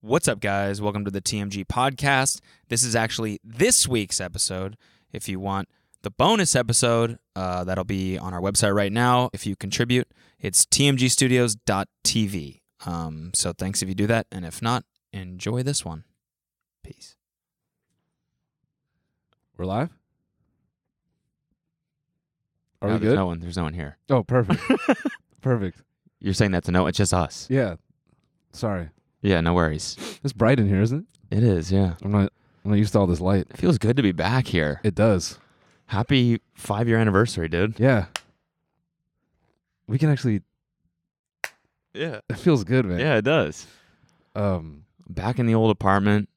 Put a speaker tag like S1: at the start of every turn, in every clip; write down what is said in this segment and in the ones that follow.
S1: What's up, guys? Welcome to the TMG podcast. This is actually this week's episode. If you want the bonus episode, uh, that'll be on our website right now. If you contribute, it's tmgstudios.tv. Um, so thanks if you do that. And if not, enjoy this one. Peace.
S2: We're live? Are
S1: No,
S2: we
S1: there's
S2: good?
S1: No one. There's no one here.
S2: Oh, perfect. perfect.
S1: You're saying that to no. It's just us.
S2: Yeah. Sorry.
S1: Yeah. No worries.
S2: It's bright in here, isn't it?
S1: It is. Yeah.
S2: I'm not I'm not used to all this light.
S1: It feels good to be back here.
S2: It does.
S1: Happy five year anniversary, dude.
S2: Yeah. We can actually
S1: Yeah.
S2: it feels good, man.
S1: Yeah, it does.
S2: Um
S1: Back in the old apartment.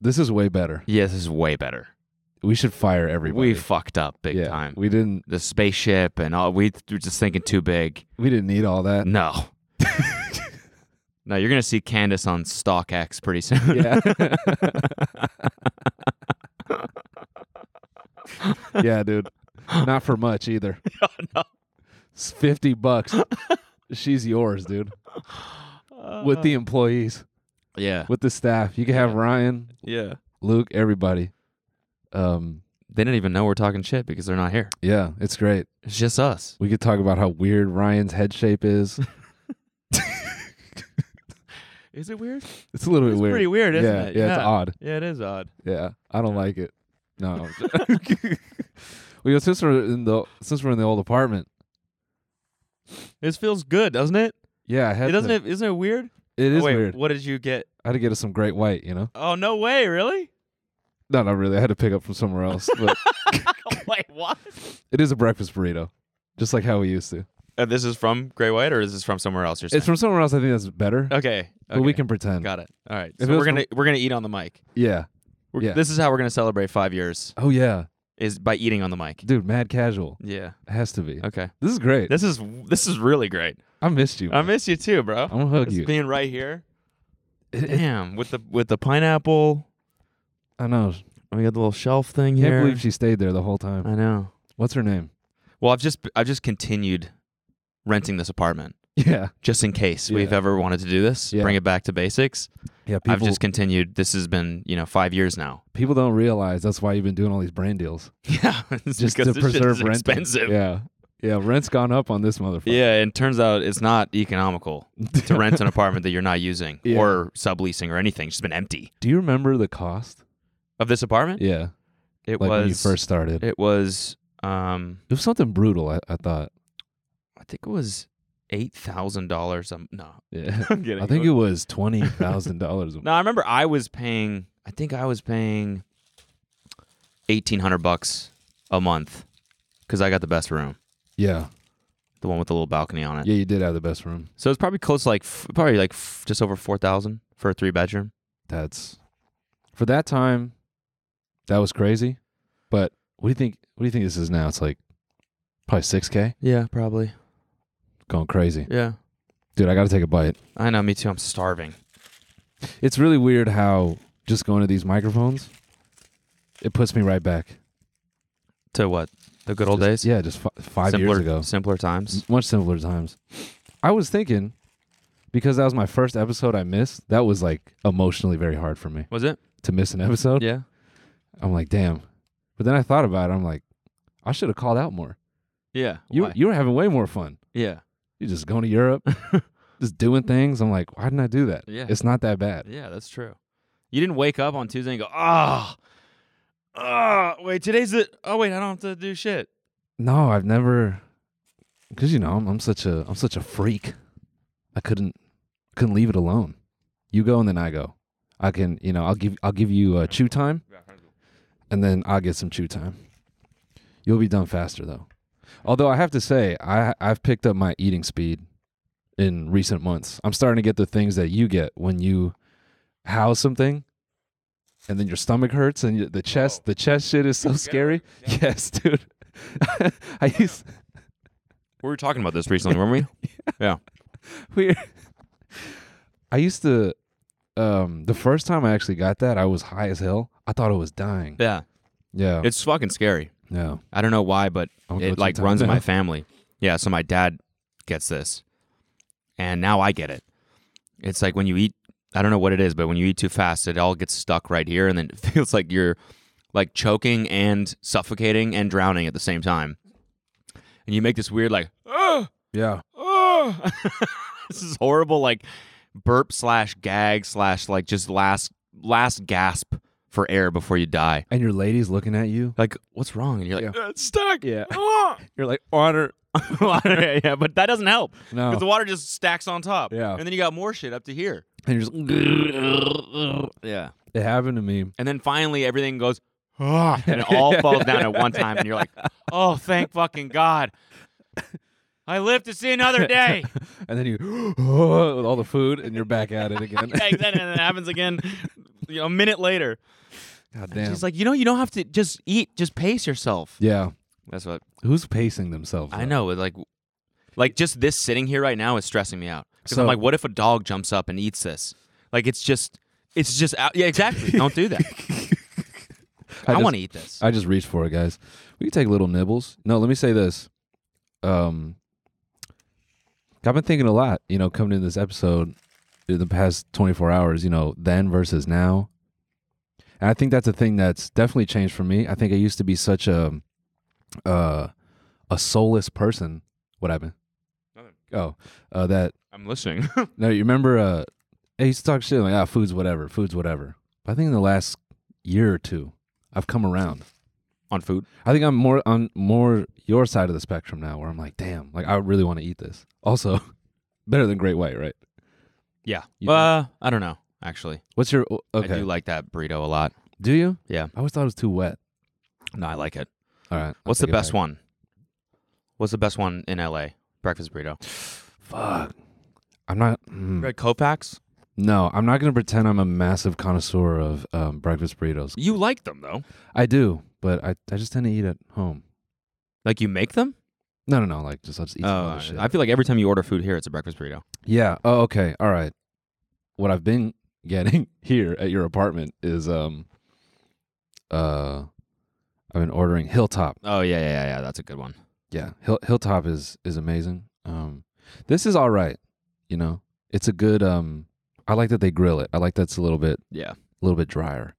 S2: this is way better.
S1: Yeah, this is way better.
S2: We should fire everybody.
S1: We fucked up big
S2: Yeah.
S1: time.
S2: We didn't
S1: the spaceship and all we were just thinking too big.
S2: we didn't need all that.
S1: No. no, you're gonna see Candace on StockX pretty soon.
S2: Yeah. yeah, dude. Not for much either. It's 50 bucks. She's yours, dude.
S1: Uh,
S2: With the employees,
S1: Yeah.
S2: with the staff. You can have
S1: Yeah.
S2: Ryan,
S1: Yeah.
S2: Luke, everybody. Um,
S1: They didn't even know we're talking shit because they're not here.
S2: yeah, it's great.
S1: It's just us.
S2: We could talk about how weird Ryan's head shape is.
S1: Is it weird?
S2: It's a little bit weird.
S1: weird,
S2: yeah, yeah, it's odd.
S1: yeah, it is odd.
S2: Yeah, I don't like it. No. I'm j- well, since we're in the since we're in the old apartment,
S1: This feels good, doesn't it?
S2: yeah, I had to-
S1: it isn't it weird?
S2: it is
S1: wait,
S2: weird.
S1: What did you get?
S2: I had to get us some great white, you know.
S1: Oh no way, really?
S2: No, not really. I had to pick up from somewhere else, but
S1: wait, what?
S2: it is a breakfast burrito, just like how we used to.
S1: And Uh, this is from Grey White or is this from somewhere else? You're saying?
S2: It's from somewhere else. I think that's better,
S1: okay, okay.
S2: but we can pretend.
S1: Got it. All right.
S2: If
S1: So
S2: it
S1: we're
S2: was
S1: gonna we're gonna eat on the mic.
S2: Yeah.
S1: We're-
S2: Yeah.
S1: This is how we're gonna celebrate five years
S2: Oh yeah,
S1: is by eating on the mic.
S2: dude. Mad casual
S1: Yeah.
S2: it has to be.
S1: Okay.
S2: This is great.
S1: This Uh, is this is really great.
S2: I missed you.
S1: I
S2: man.
S1: miss you too, bro.
S2: I'm gonna hug
S1: Just
S2: you.
S1: being right here.
S2: It- it-
S1: Damn. With the with the pineapple.
S2: I know.
S1: and We got the little shelf thing
S2: Can't
S1: here. Uh,
S2: believe she stayed there the whole time.
S1: I know.
S2: What's her name?
S1: Well, I've just I've just continued renting this apartment
S2: Yeah.
S1: just in case we've
S2: Yeah.
S1: ever wanted to do this.
S2: Yeah.
S1: Bring it back to basics.
S2: Yeah. People,
S1: I've just continued. This has been you know five years now.
S2: people don't realize that's why you've been doing all these brand deals.
S1: Yeah. it's
S2: Just
S1: because
S2: to
S1: this shit is
S2: preserve rent.
S1: expensive.
S2: Yeah. Yeah. Rent's gone up on this motherfucker.
S1: Yeah, and turns out it's not economical to rent an apartment that you're not using
S2: Yeah.
S1: or subleasing or anything. It's just been empty.
S2: Do you remember the cost?
S1: Of this apartment,
S2: Yeah.
S1: it
S2: like
S1: was
S2: when you first started. It,
S1: it was um
S2: was something brutal, I, I thought.
S1: I think it was eight thousand dollars. Um, no,
S2: Yeah.
S1: I'm kidding.
S2: I think it was twenty thousand dollars.
S1: No, I remember I was paying. I think I was paying eighteen hundred bucks a month because I got the best room,
S2: Yeah.
S1: the one with the little balcony on it.
S2: Yeah, you did have the best room.
S1: So it's probably close, to like f- probably like f- just over four thousand for a three bedroom.
S2: That's for that time, that was crazy. But what do you think what do you think this is now? It's like probably six K?
S1: Yeah, probably.
S2: Going crazy.
S1: Yeah,
S2: Dude, I gotta take a bite.
S1: I know. Me too. I'm starving.
S2: It's really weird how just going to these microphones, it puts me right back.
S1: To what? The good old
S2: Just-
S1: days?
S2: Yeah, just f- five
S1: simpler,
S2: years ago.
S1: Simpler times.
S2: M- Much simpler times. I was thinking, because that was my first episode I missed, that was like emotionally very hard for me
S1: Was it?
S2: to miss an episode.
S1: Yeah.
S2: I'm like, damn. But then I thought about it. I'm like, I should have called out more.
S1: Yeah.
S2: You,
S1: Why?
S2: you were having way more fun.
S1: yeah.
S2: You're just going to Europe, just doing things. I'm like, why didn't I do that?
S1: Yeah.
S2: It's not that bad.
S1: Yeah, that's true. You didn't wake up on Tuesday and go, ah, ah, wait, today's the, oh, wait, I don't have to do shit.
S2: No, I've never, because you know I'm, I'm such a I'm such a freak. I couldn't couldn't leave it alone. You go and then I go. I can you know I'll give I'll give you uh, chew time, and then I'll get some chew time. You'll be done faster though. Although I have to say I I've picked up my eating speed in recent months. I'm starting to get the things that you get when you house something. And then your stomach hurts, and your- the chest, the chest shit is so scary. Yes, dude. I used,
S1: We were talking about this recently, weren't we?
S2: weird. I used to, um, the first time I actually got that, I was high as hell. I thought I was dying.
S1: Yeah.
S2: Yeah,
S1: It's fucking scary.
S2: yeah.
S1: I don't know why, but
S2: I'm gonna go
S1: it
S2: to
S1: like
S2: town
S1: runs in
S2: now.
S1: my family. Yeah. So my dad gets this, and now I get it. It's like when you eat I don't know what it is, but when you eat too fast, it all gets stuck right here, and then it feels like you're like choking and suffocating and drowning at the same time. And you make this weird like, oh,
S2: Yeah.
S1: oh. this is horrible, like burp slash gag slash like just last last gasp for air before you die.
S2: And your lady's looking at you.
S1: Like, what's wrong? And you're like,
S2: Yeah.
S1: "Uh, it's stuck.
S2: Yeah.
S1: Ah."
S2: You're like water.
S1: yeah, yeah, but that doesn't help
S2: No.
S1: because the water just stacks on top.
S2: Oh. Yeah.
S1: and then you got more shit up to here.
S2: And you're just.
S1: Yeah,
S2: It happened to me.
S1: and then finally everything goes ah, and it all falls down at one time, and you're like, oh, thank fucking god, I live to see another day.
S2: And then you with all the food, and you're back at it again.
S1: Yeah, exactly, and it happens again you know, a minute later.
S2: God damn.
S1: She's like, you know, you don't have to just eat, just pace yourself.
S2: yeah.
S1: That's what
S2: Who's pacing themselves?
S1: I
S2: though?
S1: know. Like, like just this sitting here right now is stressing me out. Because I'm
S2: So-
S1: like, what if a dog jumps up and eats this? Like, it's just, it's just out. Yeah, exactly. Don't do that. I,
S2: just-
S1: want to eat this.
S2: I just reached for it, guys. We can take little nibbles. No, let me say this. Um, I've been thinking a lot, you know, coming into this episode in the past 24 hours, you know, then versus now. And I think that's a thing that's definitely changed for me. I think I used to be such a uh, a soulless person. What happened?
S1: Nothing.
S2: Oh, uh, that
S1: I'm listening.
S2: no, you remember? Uh, I used to talk shit like, ah, food's whatever, food's whatever. But I think in the last year or two, I've come around.
S1: on food.
S2: I think I'm more on more your side of the spectrum now, where I'm like, damn, like I really want to eat this. Also, better than Great White, right?
S1: Yeah.
S2: You think?
S1: Uh, I don't know. Actually,
S2: What's your okay?
S1: I do like that burrito a lot.
S2: Do you?
S1: Yeah.
S2: I always thought it was too wet.
S1: No, I like it.
S2: All right. I'll
S1: What's the
S2: take it
S1: best
S2: back.
S1: one? What's the best one in LA? Breakfast burrito.
S2: Fuck. I'm not. mm.
S1: Red Kopax.
S2: No, I'm not gonna pretend I'm a massive connoisseur of um, breakfast burritos.
S1: You like them though.
S2: I do, but I, I just tend to eat at home.
S1: Like you make them?
S2: No, no, no. Like just I'll just eat some
S1: Oh,
S2: other shit.
S1: I feel like every time you order food here, it's a breakfast burrito.
S2: Yeah. Oh, okay. All right. What I've been getting here at your apartment is um uh I've been ordering Hilltop.
S1: Oh yeah, yeah, yeah. yeah. That's a good one.
S2: Yeah. Hill, Hilltop is is amazing. Um this is all right, you know. It's a good um I like that they grill it. I like that's a little bit
S1: Yeah.
S2: a little bit drier.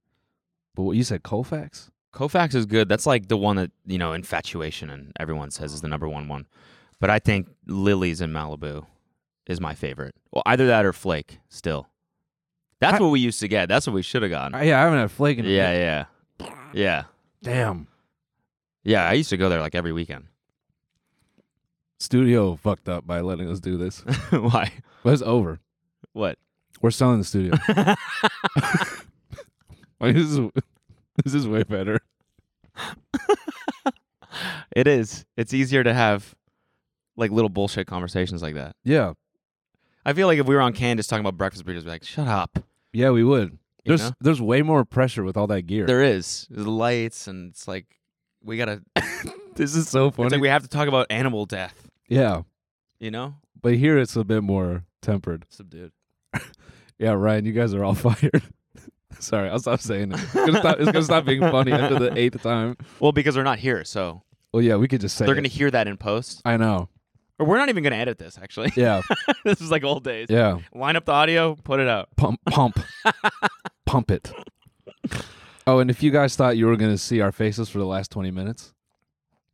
S2: But what you said Colfax?
S1: Kofax is good. That's like the one that you know, infatuation, and everyone says is the number one one. But I think Lily's in Malibu is my favorite. Well, either that or Flake. Still, that's
S2: I-
S1: what we used to get. That's what we should have gotten.
S2: Uh, yeah, I haven't had flake in a
S1: yeah,
S2: minute.
S1: yeah, yeah,
S2: Damn.
S1: yeah. I used to go there like every weekend.
S2: Studio fucked up by letting us do this.
S1: Why?
S2: but it's over.
S1: What?
S2: We're selling the studio. Like, this is this is way better.
S1: it is. It's easier to have like little bullshit conversations like that.
S2: Yeah.
S1: I feel like if we were on Candace talking about breakfast burritos, we'd be like, "Shut up."
S2: Yeah, we would.
S1: You
S2: There's
S1: know?
S2: there's way more pressure with all that gear.
S1: There is There's lights, and it's like we gotta.
S2: this is so funny.
S1: It's like we have to talk about animal death.
S2: yeah,
S1: You know,
S2: but here it's a bit more tempered.
S1: subdued.
S2: Yeah, Ryan, you guys are all fired. Sorry, I'll stop saying it. It's gonna stop, it's gonna stop being funny after the eighth time.
S1: Well, because they're not here, so
S2: Well, yeah, we could just say.
S1: they're
S2: it.
S1: gonna hear that in post.
S2: I know.
S1: Or we're not even gonna edit this. Actually,
S2: Yeah,
S1: this is like old days.
S2: yeah.
S1: Line up the audio, put it out.
S2: Pump, pump, pump it. Oh, and if you guys thought you were gonna see our faces for the last twenty minutes,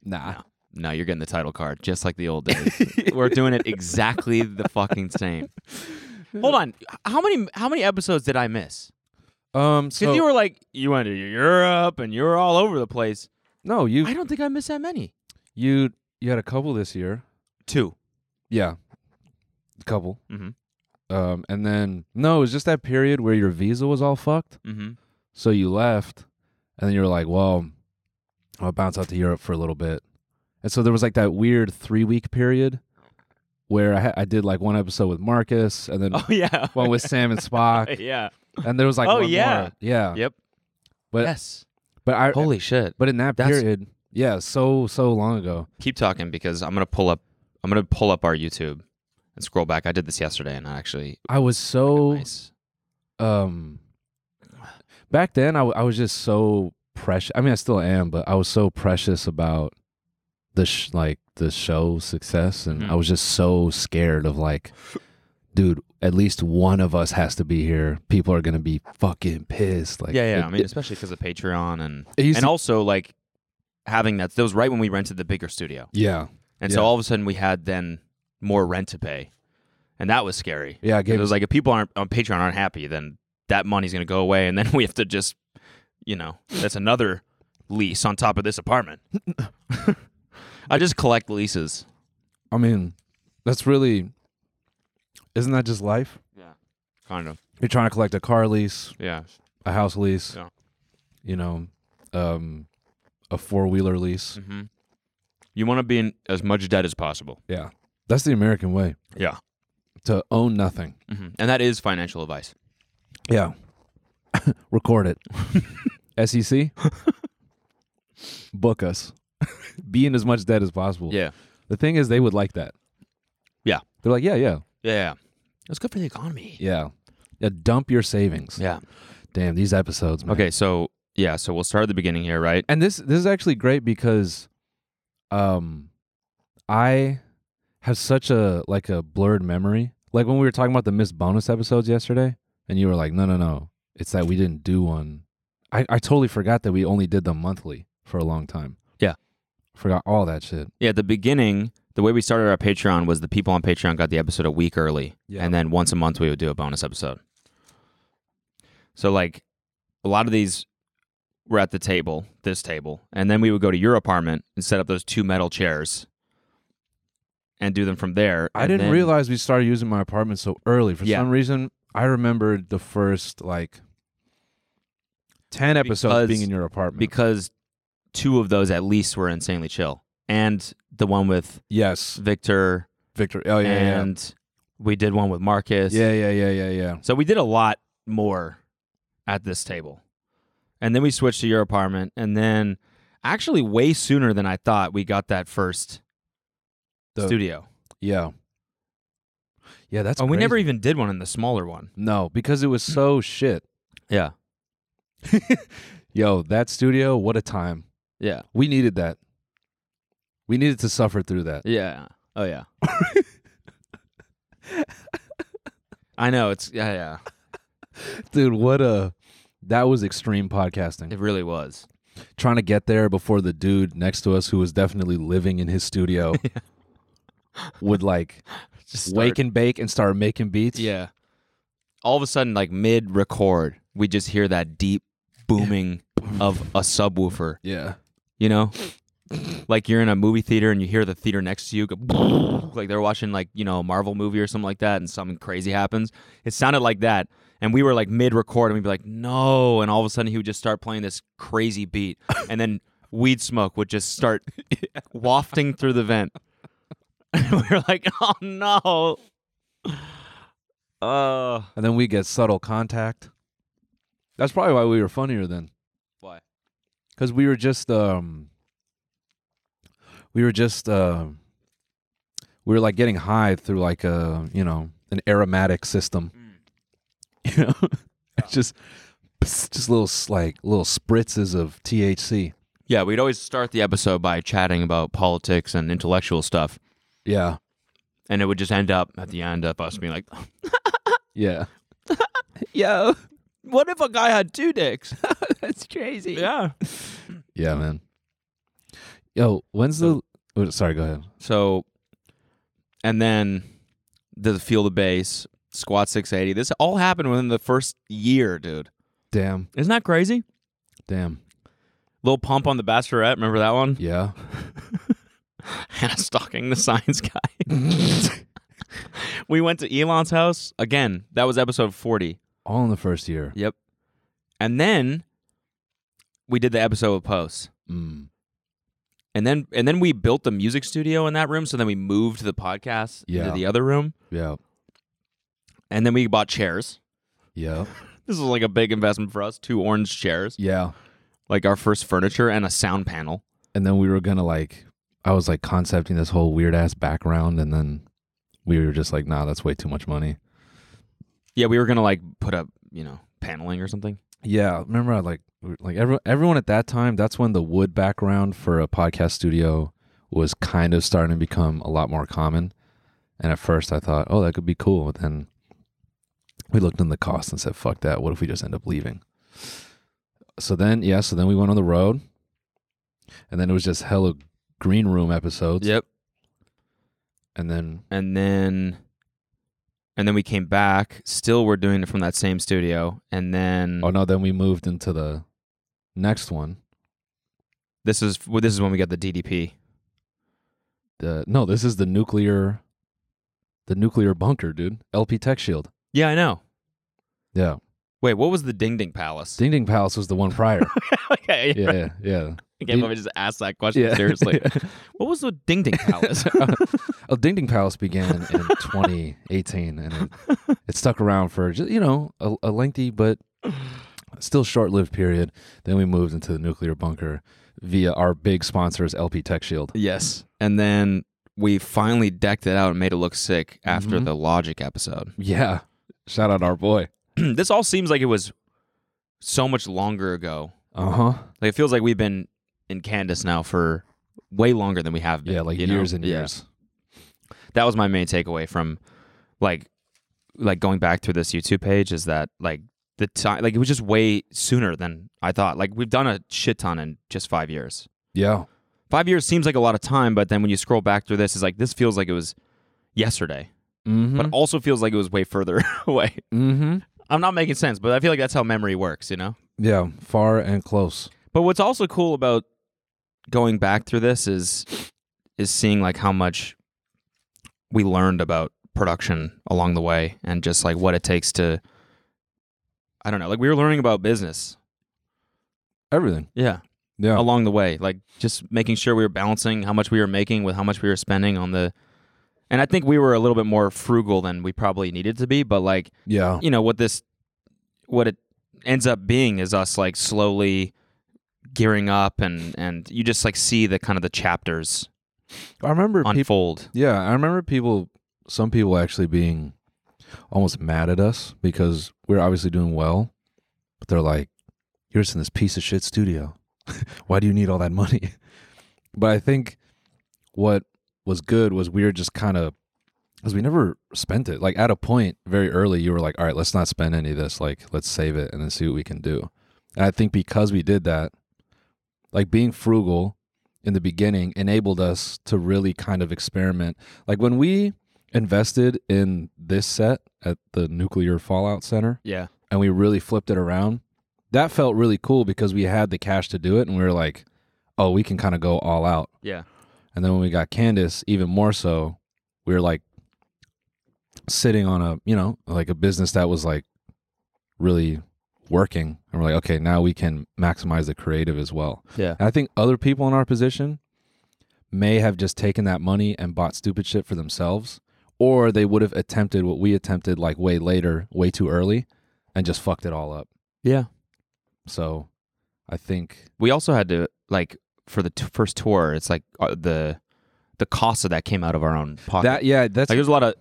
S2: nah.
S1: No. No, you're getting the title card, just like the old days. We're doing it exactly the fucking same. Hold on, how many how many episodes did I miss?
S2: Um,
S1: Because
S2: so
S1: you were like, you went to Europe and you were all over the place.
S2: no, you
S1: I don't think I missed that many.
S2: you you had a couple this year.
S1: Two.
S2: Yeah, a couple.
S1: Mhm.
S2: Um, and then no, it was just that period where your visa was all fucked,
S1: Mm-hmm.
S2: so you left, and then you were like, "Well, I'll bounce out to Europe for a little bit," and so there was like that weird three week period where I ha- I did like one episode with Marcus, and then
S1: Oh yeah.
S2: one with Sam and Spock,
S1: yeah.
S2: and there was like
S1: Oh,
S2: one
S1: yeah.
S2: more. yeah,
S1: Yep.
S2: But-
S1: yes.
S2: but I
S1: Holy shit.
S2: but in that
S1: That's-
S2: period, yeah, so so long ago,
S1: keep talking because I'm gonna pull up. I'm gonna pull up our YouTube and scroll back. I did this yesterday, and I actually
S2: I was so.
S1: nice.
S2: um back then I, w- I was just so precious i mean i still am but i was so precious about the sh- like the show success and
S1: Mhm.
S2: i was just so scared of like dude at least one of us has to be here, people are gonna be fucking pissed. Like,
S1: yeah, yeah.
S2: it-
S1: I mean,
S2: it-
S1: especially because of Patreon and
S2: it used
S1: and
S2: to-
S1: also like having that. That was right when we rented the bigger studio,
S2: yeah,
S1: and
S2: Yeah.
S1: so all of a sudden we had then more rent to pay, and that was scary.
S2: yeah. I
S1: It
S2: gave
S1: was like if people aren't on Patreon aren't happy, then that money's gonna go away, and then we have to just, you know, that's another lease on top of this apartment. I just collect leases.
S2: I mean, that's really isn't that just life?
S1: Kind of.
S2: You're trying to collect a car lease,
S1: Yeah.
S2: a house lease,
S1: Yeah.
S2: you know, um, a four wheeler lease.
S1: hmm You want to be in as much debt as possible.
S2: Yeah, that's the American way
S1: Yeah.
S2: to own nothing.
S1: hmm And that is financial advice.
S2: Yeah, record it. SEC, book us. be in as much debt as possible.
S1: Yeah.
S2: The thing is, they would like that.
S1: Yeah.
S2: They're like, yeah, yeah,
S1: Yeah. It's good for the economy.
S2: yeah. Yeah, dump your savings.
S1: Yeah.
S2: Damn, these episodes, man.
S1: Okay. So, yeah. So we'll start at the beginning here, right?
S2: and this this is actually great because um i have such a like a blurred memory like when we were talking about the missed bonus episodes yesterday and you were like no no no it's that we didn't do one i, I totally forgot that we only did them monthly for a long time
S1: Yeah.
S2: forgot all that shit
S1: Yeah. At the beginning, the way we started our Patreon was the people on Patreon got the episode a week early.
S2: Yeah.
S1: And then once a month, we would do a bonus episode. So, like, a lot of these were at the table, this table. And then we would go to your apartment and set up those two metal chairs and do them from there.
S2: i
S1: And
S2: didn't
S1: then-
S2: realize we started using my apartment so early for
S1: Yeah.
S2: some reason i remembered the first like 10 episodes
S1: Because-
S2: being in your apartment
S1: because two of those at least were insanely chill, and the one with
S2: yes
S1: Victor,
S2: victor oh yeah yeah.
S1: and we did one with Marcus.
S2: yeah yeah yeah yeah yeah
S1: So we did a lot more at this table, and then we switched to your apartment, and then actually way sooner than I thought we got that first
S2: The-
S1: studio.
S2: Yeah. Yeah, that's
S1: oh, we never
S2: crazy.
S1: even did one in the smaller one.
S2: No, because it was so shit.
S1: Yeah,
S2: Yo, that studio, what a time.
S1: yeah,
S2: We needed that. We needed to suffer through that.
S1: yeah. Oh yeah. I know it's yeah, yeah.
S2: Dude, what a that was extreme podcasting.
S1: It really was.
S2: Trying to get there before the dude next to us who was definitely living in his studio would like
S1: Just start-
S2: wake and bake and start making beats.
S1: Yeah. All of a sudden, like mid record, we just hear that deep booming of a subwoofer,
S2: Yeah.
S1: you know? Like you're in a movie theater and you hear the theater next to you go like they're watching like, you know, a Marvel movie or something like that and something crazy happens. It sounded like that. And we were like mid record and we'd be like, no. And all of a sudden he would just start playing this crazy beat. And then weed smoke would just start wafting through the vent. And we were like, oh no. Uh,
S2: And then we get subtle contact. That's probably why we were funnier then.
S1: Why?
S2: because we were just um we were just um we were like getting high through like a you know an aromatic system you know it's just just little s- like little spritzes of thc
S1: Yeah, we'd always start the episode by chatting about politics and intellectual stuff,
S2: yeah
S1: and it would just end up at the end of us being like,
S2: yeah
S1: "Yo, what if a guy had two dicks? That's crazy." Yeah.
S2: yeah man yo when's the oh, sorry go ahead
S1: So, and then the field of bass, squat six eighty. This all happened within the first year, dude.
S2: damn
S1: Isn't that crazy?
S2: damn
S1: Little pump on the Bachelorette. Remember that one?
S2: yeah
S1: Hannah stalking the science guy. we went to Elon's house again. That was episode forty.
S2: all in the first year
S1: Yep. And then we did the episode with Post.
S2: mm,
S1: And then and then we built the music studio in that room. So then we moved the podcast
S2: Yeah.
S1: into the other room.
S2: yeah
S1: And then we bought chairs.
S2: yeah
S1: This was like a big investment for us. Two orange chairs.
S2: yeah
S1: Like our first furniture and a sound panel.
S2: and then we were gonna like I was like concepting this whole weird ass background and then we were just like, nah, that's way too much money.
S1: Yeah, we were gonna like put up, you know, paneling or something.
S2: Yeah, remember I like we- like every, everyone at that time, that's when the wood background for a podcast studio was kind of starting to become a lot more common. And at first I thought, oh, that could be cool, but then we looked in the cost and said, fuck that. What if we just end up leaving? So then, yeah, so then we went on the road. And then it was just hella green room episodes.
S1: Yep.
S2: And then,
S1: and then and then we came back. Still, we're doing it from that same studio, and then
S2: oh no, then we moved into the next one.
S1: this is well, this is when we got the DDP.
S2: The, no, this is the nuclear, the nuclear bunker, dude. LP Tech Shield.
S1: Yeah, I know.
S2: Yeah.
S1: Wait, what was the Ding Ding Palace?
S2: Ding Ding Palace was the one prior.
S1: okay,
S2: yeah, yeah, yeah.
S1: I can't believe I just asked that question
S2: Yeah.
S1: seriously. what was the Ding Ding Palace?
S2: Oh, Ding Ding Palace began in 2018, and it, it stuck around for just you know a, a lengthy but still short-lived period. Then we moved into the nuclear bunker via our big sponsors, LP Tech Shield.
S1: yes, and then we finally decked it out and made it look sick after
S2: Mhm.
S1: the Logic episode.
S2: Yeah, shout out our boy.
S1: this all seems like it was so much longer ago.
S2: Uh huh.
S1: Like it feels like we've been in Candace now for way longer than we have been.
S2: Yeah, like
S1: you know?
S2: years and
S1: Yeah.
S2: years.
S1: that was my main takeaway from like like going back through this YouTube page is that like the time like it was just way sooner than I thought. Like we've done a shit ton in just five years.
S2: Yeah.
S1: Five years seems like a lot of time, but then when you scroll back through this, it's like this feels like it was yesterday,
S2: Mm-hmm.
S1: but also feels like it was way further away.
S2: mm-hmm.
S1: I'm not making sense, but I feel like that's how memory works, you know?
S2: Yeah, far and close.
S1: But what's also cool about going back through this is is seeing like how much we learned about production along the way and just like what it takes to I don't know, like we were learning about business.
S2: Everything.
S1: Yeah.
S2: Yeah.
S1: Along the way, like just making sure we were balancing how much we were making with how much we were spending on the and I think we were a little bit more frugal than we probably needed to be, but like
S2: Yeah.
S1: you know what this what it ends up being is us like slowly gearing up and and you just like see the kind of the chapters
S2: I remember people.
S1: unfold
S2: Yeah, I remember people, some people actually being almost mad at us because we are obviously doing well, but they're like, "You're just in this piece of shit studio. Why do you need all that money?" But I think what was good was we were just kind of because we never spent it. Like at a point very early, you were like, "All right, let's not spend any of this. Like let's save it and then see what we can do." And I think because we did that, like being frugal in the beginning enabled us to really kind of experiment. Like when we invested in this set at the Nuclear Fallout Center
S1: yeah
S2: and we really flipped it around, that felt really cool because we had the cash to do it and we were like, oh, we can kind of go all out.
S1: yeah
S2: And then when we got Candace, even more so, we were like sitting on a, you know, like a business that was like really working. And we're like, okay, now we can maximize the creative as well.
S1: yeah
S2: And I think other people in our position may have just taken that money and bought stupid shit for themselves, or they would have attempted what we attempted like way later, way too early, and just fucked it all up.
S1: yeah
S2: So I think,
S1: we also had to like for the t- first tour it's like uh, the the cost of that came out of our own pocket
S2: that, yeah, that's,
S1: like there's a lot of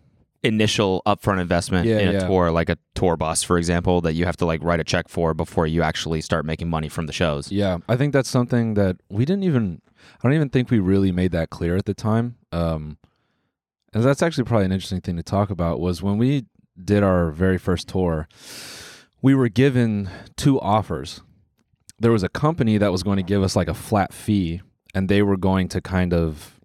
S1: initial upfront investment
S2: Yeah,
S1: in a
S2: yeah.
S1: tour like a tour bus for example that you have to like write a check for before you actually start making money from the shows
S2: yeah, I think that's something that we didn't even, I don't even think we really made that clear at the time. Um, and that's actually probably an interesting thing to talk about was when we did our very first tour, we were given two offers. There was a company that was going to give us like a flat fee, and they were going to kind of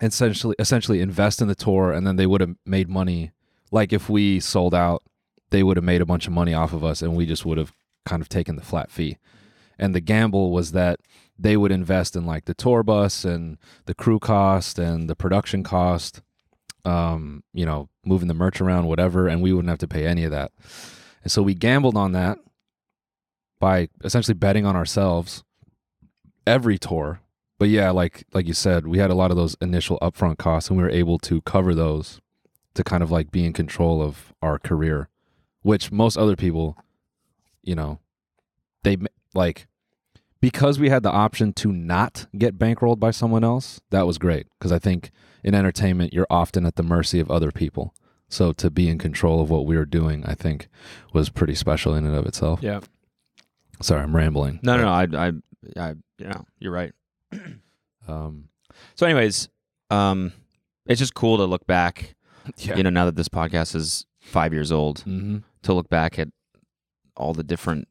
S2: essentially essentially invest in the tour, and then they would have made money. Like if we sold out, they would have made a bunch of money off of us, and we just would have kind of taken the flat fee. And the gamble was that they would invest in like the tour bus and the crew cost and the production cost, um, you know, moving the merch around, whatever, and we wouldn't have to pay any of that. And so we gambled on that by essentially betting on ourselves every tour. But yeah, like like you said, we had a lot of those initial upfront costs and we were able to cover those to kind of like be in control of our career, which most other people, you know, they m- like because we had the option to not get bankrolled by someone else, that was great. Because I think in entertainment, you're often at the mercy of other people. So to be in control of what we were doing, I think, was pretty special in and of itself.
S1: yeah
S2: Sorry, I'm rambling.
S1: no no, no i i i you know you're right
S2: Um,
S1: So, anyways, um, it's just cool to look back.
S2: yeah.
S1: You know, now that this podcast is five years old,
S2: mm-hmm.
S1: to look back at all the different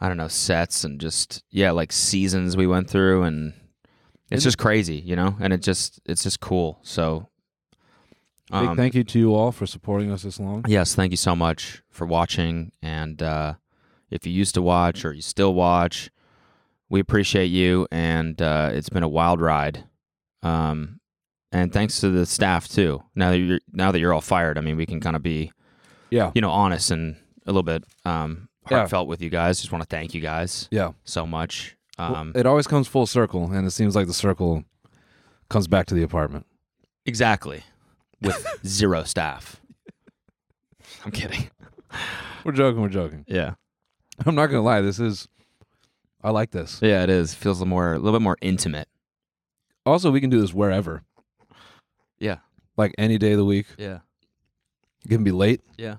S1: I don't know sets and just yeah like seasons we went through and it's
S2: Isn't-
S1: just crazy you know and it just it's just cool so
S2: Big
S1: um,
S2: thank you to you all for supporting us this long.
S1: yes thank you so much for watching and uh, if you used to watch or you still watch we appreciate you and uh, it's been a wild ride um, and thanks to the staff too now that you're now that you're all fired i mean we can kind of be
S2: Yeah.
S1: you know honest and a little bit um,
S2: Yeah.
S1: heartfelt with you guys just want to thank you guys
S2: Yeah.
S1: so much
S2: Well,
S1: um,
S2: it always comes full circle, and it seems like the circle comes back to the apartment.
S1: exactly with zero staff i'm kidding
S2: We're joking. We're joking.
S1: yeah
S2: I'm not gonna lie. This is. I like this.
S1: yeah it is feels a more a little bit more intimate
S2: Also, we can do this wherever,
S1: yeah
S2: like any day of the week.
S1: yeah
S2: It can be late.
S1: yeah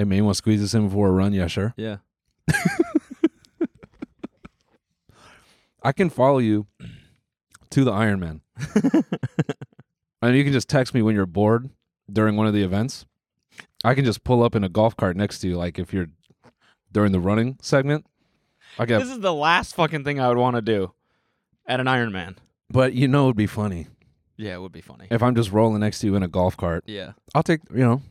S2: Hey, man, you want to squeeze this in before a run? Yeah, sure.
S1: yeah
S2: I can follow you to the Ironman, and you can just text me when you're bored during one of the events. I can just pull up in a golf cart next to you, like if you're during the running segment. I get
S1: This is the last fucking thing I would want to do at an Ironman.
S2: But you know, it'd be funny
S1: Yeah, it would be funny.
S2: if I'm just rolling next to you in a golf cart.
S1: Yeah.
S2: I'll take, you know,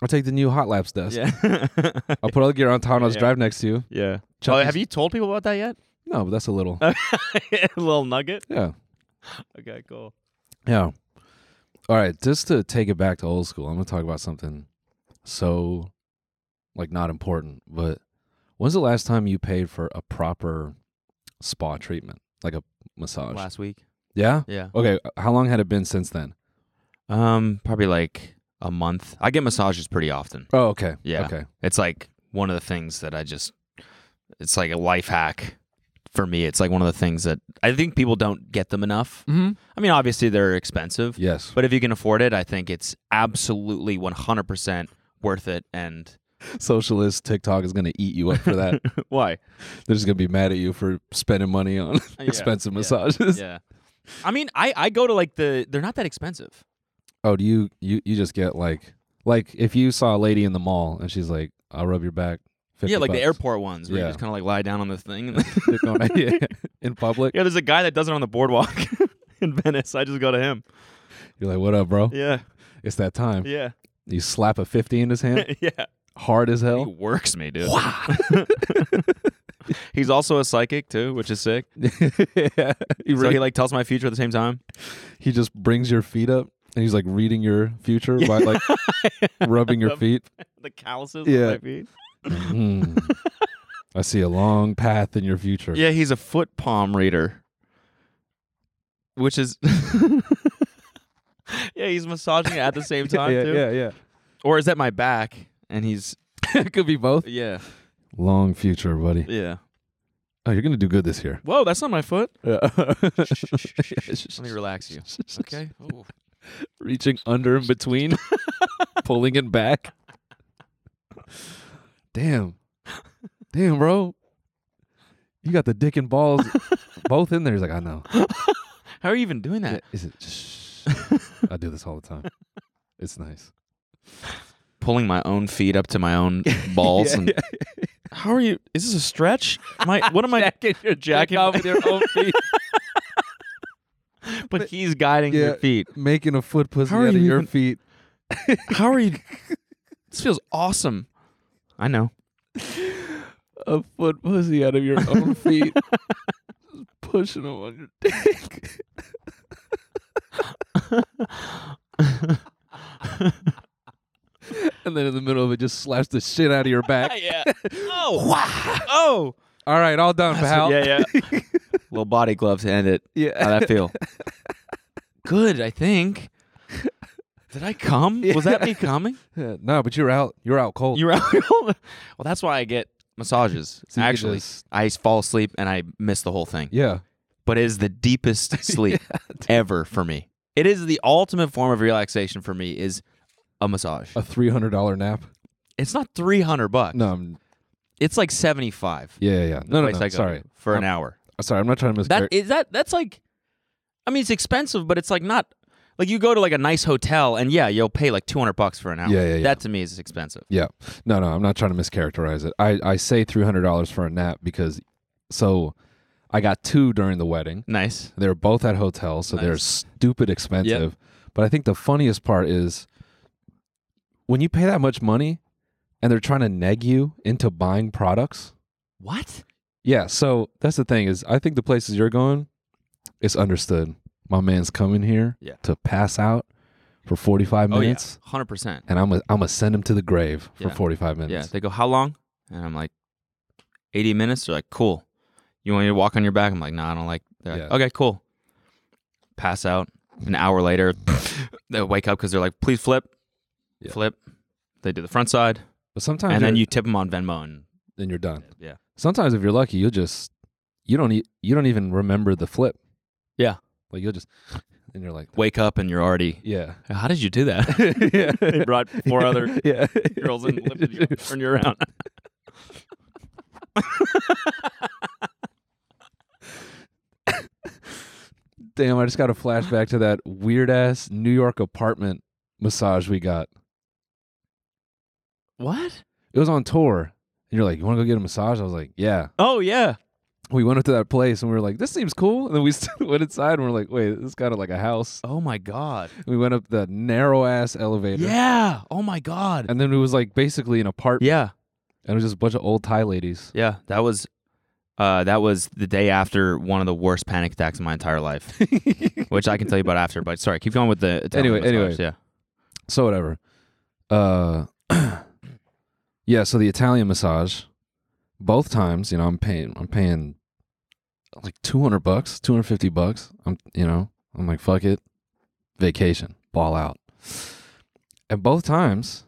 S2: I'll take the new hot laps desk.
S1: Yeah.
S2: I'll put all the gear on top and I'll just
S1: Yeah.
S2: drive next to you.
S1: yeah.
S2: Chuck is-
S1: Oh, have you told people about that yet?
S2: No, but that's a
S1: Uh,
S2: little.
S1: a little nugget.
S2: yeah,
S1: Okay, cool.
S2: yeah. All right, just to take it back to old school, I'm gonna talk about something so, like, not important. But when's the last time you paid for a proper spa treatment, like a massage?
S1: Last week.
S2: Yeah.
S1: Yeah.
S2: Okay. uh, How long had it been since then?
S1: Um, probably like a month. I get massages pretty often.
S2: Oh, okay.
S1: Yeah.
S2: Okay.
S1: It's like one of the things that I just. It's like a life hack for me. It's like one of the things that I think people don't get them enough.
S2: Mm-hmm.
S1: I mean, obviously they're expensive.
S2: Yes.
S1: But if you can afford it, I think it's absolutely 100% worth it. And
S2: Socialist TikTok is gonna eat you up for that.
S1: why?
S2: They're just gonna be mad at you for spending money on expensive
S1: yeah,
S2: massages.
S1: Yeah. I mean, I, I go to like the, they're not that expensive.
S2: Oh, do you, you you just get like like if you saw a lady in the mall and she's like, "I'll rub your back." 50
S1: Yeah, like the
S2: bucks."
S1: airport ones where
S2: Yeah.
S1: you just kind of like lie down on the thing. And
S2: You're going- yeah, in public,
S1: yeah, there's a guy that does it on the boardwalk in Venice. I just go to him.
S2: you're like, "What up, bro?
S1: Yeah.
S2: It's that time."
S1: Yeah.
S2: You slap a fifty in his hand,
S1: yeah.
S2: hard as
S1: He
S2: hell.
S1: works me, dude. He's also a psychic too, which is sick.
S2: yeah. he,
S1: So
S2: really,
S1: he like tells my future at the same time.
S2: he just brings your feet up and he's like reading your future by like rubbing your feet.
S1: The calluses
S2: Yeah.
S1: on my feet.
S2: Hmm. I see a long path in your future.
S1: Yeah, he's a foot palm reader, which is. yeah, he's massaging it at the same time
S2: yeah,
S1: too.
S2: yeah, yeah.
S1: Or is that my back? And he's
S2: it could be both.
S1: yeah,
S2: Long future, buddy.
S1: yeah.
S2: Oh, you're gonna do good this year.
S1: Whoa, that's not my foot.
S2: Yeah.
S1: Let me relax you. Okay. Ooh.
S2: Reaching under and between, pulling it back. Damn. Damn, bro. You got the dick and balls both in there. He's like, I know.
S1: How are you even doing that?
S2: Is it? Shh. I do this all the time. It's nice.
S1: Pulling my own feet up to my own balls. and How are you? Is this a stretch? My what am I? Jacking your jacket
S2: off with your own feet.
S1: But he's guiding
S2: Yeah.
S1: your feet.
S2: Making a foot pussy
S1: How are
S2: out of
S1: you
S2: your
S1: even-
S2: feet.
S1: How are you? This feels awesome. I know.
S2: a foot pussy out of your own feet, pushing them on your dick. and then in the middle of it, just slaps the shit out of your back.
S1: yeah. Oh wow. Oh.
S2: All right, all done, pal.
S1: Yeah, yeah. Little body gloves to end it.
S2: yeah.
S1: How'd that feel? Good, I think. Did I come? Was that me coming?
S2: Yeah, No, but you're out. You're out cold.
S1: You were well. That's why I get massages.
S2: So you could
S1: Actually,
S2: just-
S1: I fall asleep and I miss the whole thing.
S2: yeah.
S1: But it is the deepest sleep ever for me. It is the ultimate form of relaxation for me. Is a massage.
S2: A three hundred dollar nap.
S1: It's not three hundred bucks.
S2: No, I'm,
S1: It's like seventy five.
S2: yeah, yeah, yeah. No, no,
S1: place
S2: no.
S1: I go
S2: Sorry,
S1: for an
S2: I'm-
S1: hour.
S2: sorry. I'm not trying to miscarry.
S1: That is that that's like I mean it's expensive, but it's like not Like you go to like a nice hotel, and yeah, you'll pay like two hundred bucks for an hour.
S2: Yeah, yeah, yeah.
S1: That to me is expensive.
S2: Yeah. No, no, I'm not trying to mischaracterize it. I, I say $300 for a nap because so I got two during the wedding.
S1: Nice.
S2: They were both at hotels, so they're
S1: Nice.
S2: stupid expensive. But I think the funniest part is when you pay that much money and they're trying to neg you into buying products.
S1: What?
S2: Yeah, so that's the thing is I think the places you're going, it's understood. My man's coming here
S1: Yeah.
S2: to pass out for 45
S1: Oh yeah,
S2: minutes
S1: hundred percent.
S2: and I'm gonna I'm gonna send him to the grave for
S1: Yeah.
S2: 45
S1: Yeah.
S2: minutes.
S1: They go, how long? And I'm like, eighty minutes. They're like, cool. You want me to walk on your back? I'm like, no, I don't like. They're like,
S2: Yeah.
S1: okay, cool. Pass out. An hour later, they wake up because they're like, please flip,
S2: Yeah. Oh,
S1: flip. They do the front side,
S2: But sometimes
S1: and then
S2: you're-
S1: you tip them on Venmo, and
S2: then you're done.
S1: yeah,
S2: Sometimes if you're lucky, you'll just you don't e- you don't even remember the flip.
S1: Yeah.
S2: Like you'll just and you're like
S1: wake up, and you're already.
S2: yeah.
S1: How did you do that?
S2: yeah.
S1: they brought four other
S2: yeah.
S1: girls and lifted you, turned you around.
S2: Damn, I just got a flashback to that weird ass New York apartment massage we got.
S1: What?
S2: It was on tour. And you're like, "You want to go get a massage?" I was like, "Yeah."
S1: Oh yeah.
S2: We went up to that place and we were like, "This seems cool." And then we went inside and we're like, "Wait, this is kind of like a house."
S1: Oh my god.
S2: We went up the narrow ass elevator.
S1: Yeah. Oh my god.
S2: And then it was like basically an apartment.
S1: Yeah.
S2: And it was just a bunch of old Thai ladies.
S1: Yeah. That was uh that was the day after one of the worst panic attacks of my entire life. which I can tell you about after, but sorry, keep going with the Italian
S2: Anyway,
S1: massage, Yeah.
S2: so whatever. Uh, yeah. So the Italian massage, both times, you know, I'm paying, I'm paying like two hundred bucks, two hundred fifty bucks. I'm, you know, I'm like, fuck it, vacation, ball out. And both times,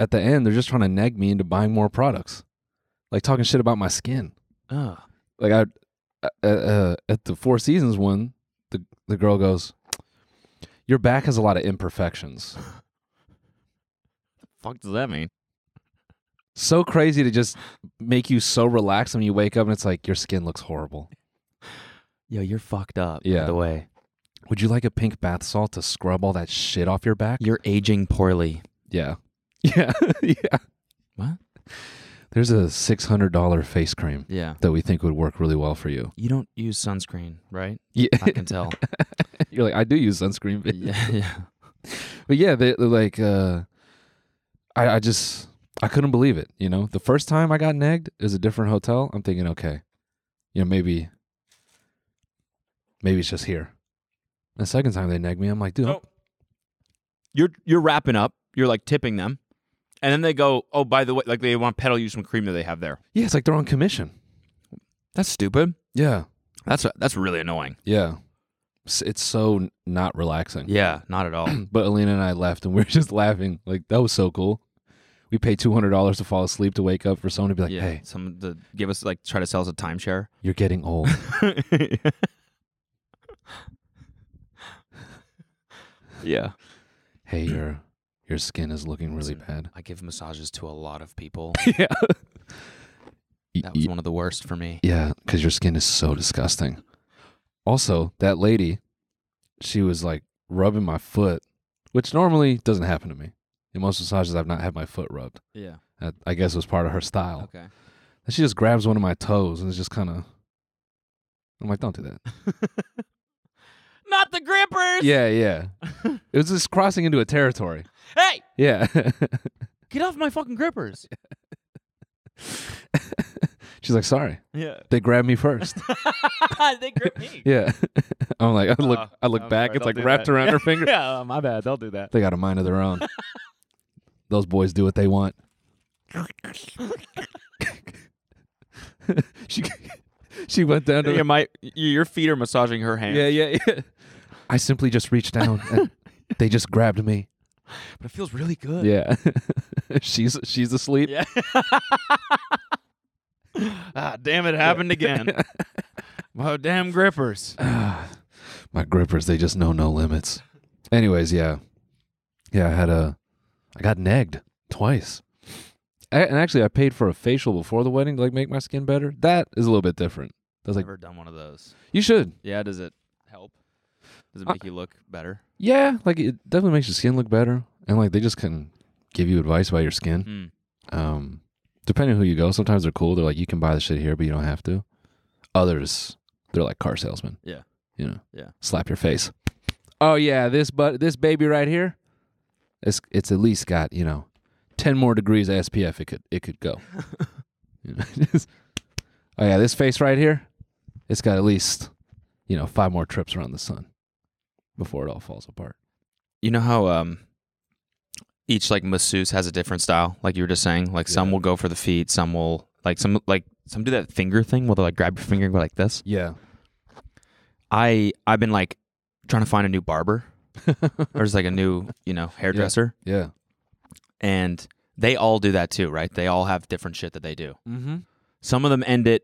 S2: at the end, they're just trying to neg me into buying more products, like talking shit about my skin.
S1: Oh.
S2: like I uh, uh, at the Four Seasons one, the the girl goes, "Your back has a lot of imperfections."
S1: Fuck does that mean?
S2: So crazy to just make you so relaxed when you wake up and it's like your skin looks horrible.
S1: Yo, you're fucked up.
S2: Yeah.
S1: By the way,
S2: Would you like a pink bath salt to scrub all that shit off your back?
S1: you're aging poorly.
S2: Yeah, yeah, yeah.
S1: What?
S2: There's a six hundred dollar face cream
S1: Yeah.
S2: that we think would work really well for you.
S1: You don't use sunscreen, right?
S2: Yeah,
S1: I can tell.
S2: you're like I do use sunscreen, but
S1: yeah. Yeah.
S2: But yeah, they, they're like, uh, I, I just, I couldn't believe it. You know, the first time I got negged is a different hotel. I'm thinking, okay, you know, maybe, maybe it's just here. The second time they negged me, I'm like, dude,
S1: Nope. you're you're wrapping up, you're like tipping them, and then they go, oh, by the way, like they want to peddle you some cream that they have there.
S2: yeah, it's like they're on commission.
S1: That's stupid.
S2: Yeah,
S1: That's that's really annoying.
S2: yeah. It's, it's so n- not relaxing.
S1: Yeah, not at all.
S2: But Alina and I left, and we were just laughing. Like that was so cool. We paid two hundred dollars to fall asleep to wake up for someone to be like,
S1: yeah,
S2: hey,
S1: some to give us like try to sell us a timeshare.
S2: you're getting old.
S1: yeah,
S2: hey, your your skin is looking really
S1: Listen,
S2: bad.
S1: I give massages to a lot of people.
S2: yeah.
S1: That was one of the worst for me.
S2: yeah, because your skin is so disgusting. Also, that lady, she was like rubbing my foot, which normally doesn't happen to me. In most massages, I've not had my foot rubbed.
S1: Yeah.
S2: That I guess was part of her style.
S1: Okay.
S2: And she just grabs one of my toes and it's just kind of. I'm like, don't do that.
S1: Not the grippers.
S2: yeah, yeah. It was just crossing into a territory.
S1: Hey,
S2: Yeah.
S1: get off my fucking grippers.
S2: She's like, sorry.
S1: Yeah.
S2: They grabbed me first.
S1: they grip me.
S2: yeah. I'm like, I look,
S1: Oh,
S2: I look
S1: I'm
S2: back.
S1: sorry,
S2: it's
S1: don't
S2: like
S1: do
S2: wrapped
S1: that.
S2: around her finger.
S1: yeah, oh, my bad. They'll do that.
S2: They got a mind of their own. Those boys do what they want. she she went down to
S1: Yeah, my y- your feet are massaging her hand.
S2: yeah yeah yeah. I simply just reached down and they just grabbed me.
S1: but it feels really good.
S2: Yeah, she's she's asleep.
S1: Yeah. ah, damn it happened again. oh, damn grippers.
S2: My grippers, they just know no limits. Anyways, yeah, yeah. I had a, I got negged twice. I, and actually, I paid for a facial before the wedding to like make my skin better. That is a little bit different. That's like
S1: Never done one of those. Uh,
S2: you should.
S1: Yeah, does it help? Does it
S2: I-
S1: make you look better?
S2: Yeah, like it definitely makes your skin look better, and like they just can give you advice about your skin.
S1: Mm.
S2: Um, depending on who you go, sometimes they're cool. They're like, you can buy the shit here, but you don't have to. Others, they're like car salesmen.
S1: Yeah.
S2: you know,
S1: Yeah.
S2: slap your face. Oh yeah, this but this baby right here, it's it's at least got you know, ten more degrees SPF. It could it could go. You know, just- oh yeah, this face right here, it's got at least you know five more trips around the sun before it all falls apart.
S1: You know how um, each like masseuse has a different style, like you were just saying. Like some
S2: Yeah.
S1: will go for the feet, some will like some like some do that finger thing where they like grab your finger and go like this.
S2: Yeah.
S1: I I've been like trying to find a new barber or just like a new you know hairdresser,
S2: yeah.
S1: and they all do that too, right? They all have different shit that they do.
S2: Mm-hmm.
S1: Some of them end it,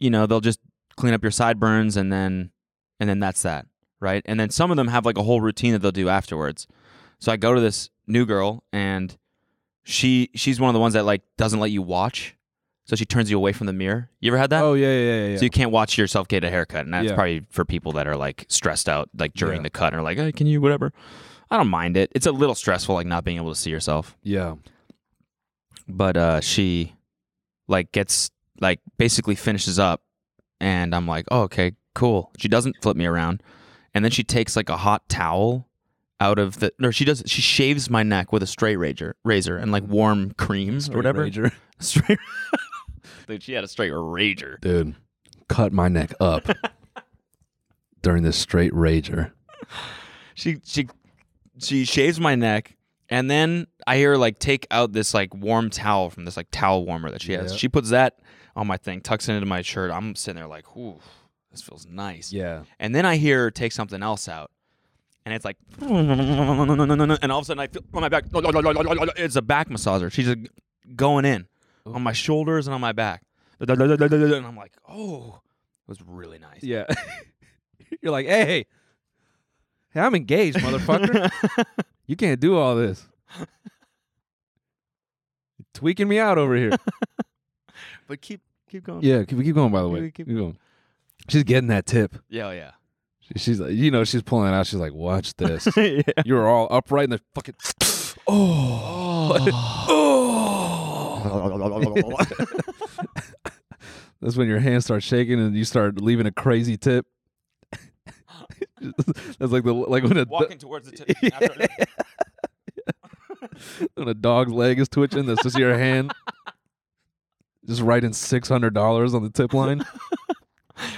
S1: you know, they'll just clean up your sideburns and then and then that's that, right? And then some of them have like a whole routine that they'll do afterwards. So I go to this new girl and she she's one of the ones that like doesn't let you watch. So she turns you away from the mirror. You ever had that?
S2: Oh yeah, yeah, yeah. yeah.
S1: So you can't watch yourself get a haircut, and that's
S2: Yeah.
S1: probably for people that are like stressed out, like during
S2: Yeah.
S1: the cut, and are like, "Hey, can you whatever?" I don't mind it. It's a little stressful, like not being able to see yourself.
S2: yeah.
S1: But uh, she, like, gets like basically finishes up, and I'm like, "Oh, okay, cool." She doesn't flip me around, and then she takes like a hot towel out of the. No, she does. She shaves my neck with a straight razor, razor, and like warm creams or whatever.
S2: Rager.
S1: Straight. Dude, she had a straight razor.
S2: Dude, cut my neck up during this straight rager.
S1: she she she shaves my neck and then I hear her like take out this like warm towel from this like towel warmer that she has.
S2: Yeah.
S1: She puts that on my thing, tucks it into my shirt. I'm sitting there like, ooh, this feels nice.
S2: Yeah.
S1: And then I hear her take something else out. And it's like, and all of a sudden I feel on my back, it's a back massager. She's like going in on my shoulders and on my back. And I'm like, oh, it was really nice.
S2: Yeah. You're like, hey, hey, I'm engaged, motherfucker. you can't do all this. You're tweaking me out over here.
S1: But keep keep going.
S2: yeah, keep, keep going. By the
S1: Yeah,
S2: way,
S1: we
S2: keep
S1: keep-
S2: going. She's getting that tip.
S1: Yeah, oh, yeah.
S2: She- She's, like, you know, she's pulling it out. She's like, watch this.
S1: yeah.
S2: you were all upright and the fucking. Oh. That's when your hands start shaking and you start leaving a crazy tip. That's like the like when a
S1: Walking towards the tip. after-
S2: when a dog's leg is twitching. That's just your hand. Just writing six hundred dollars on the tip line.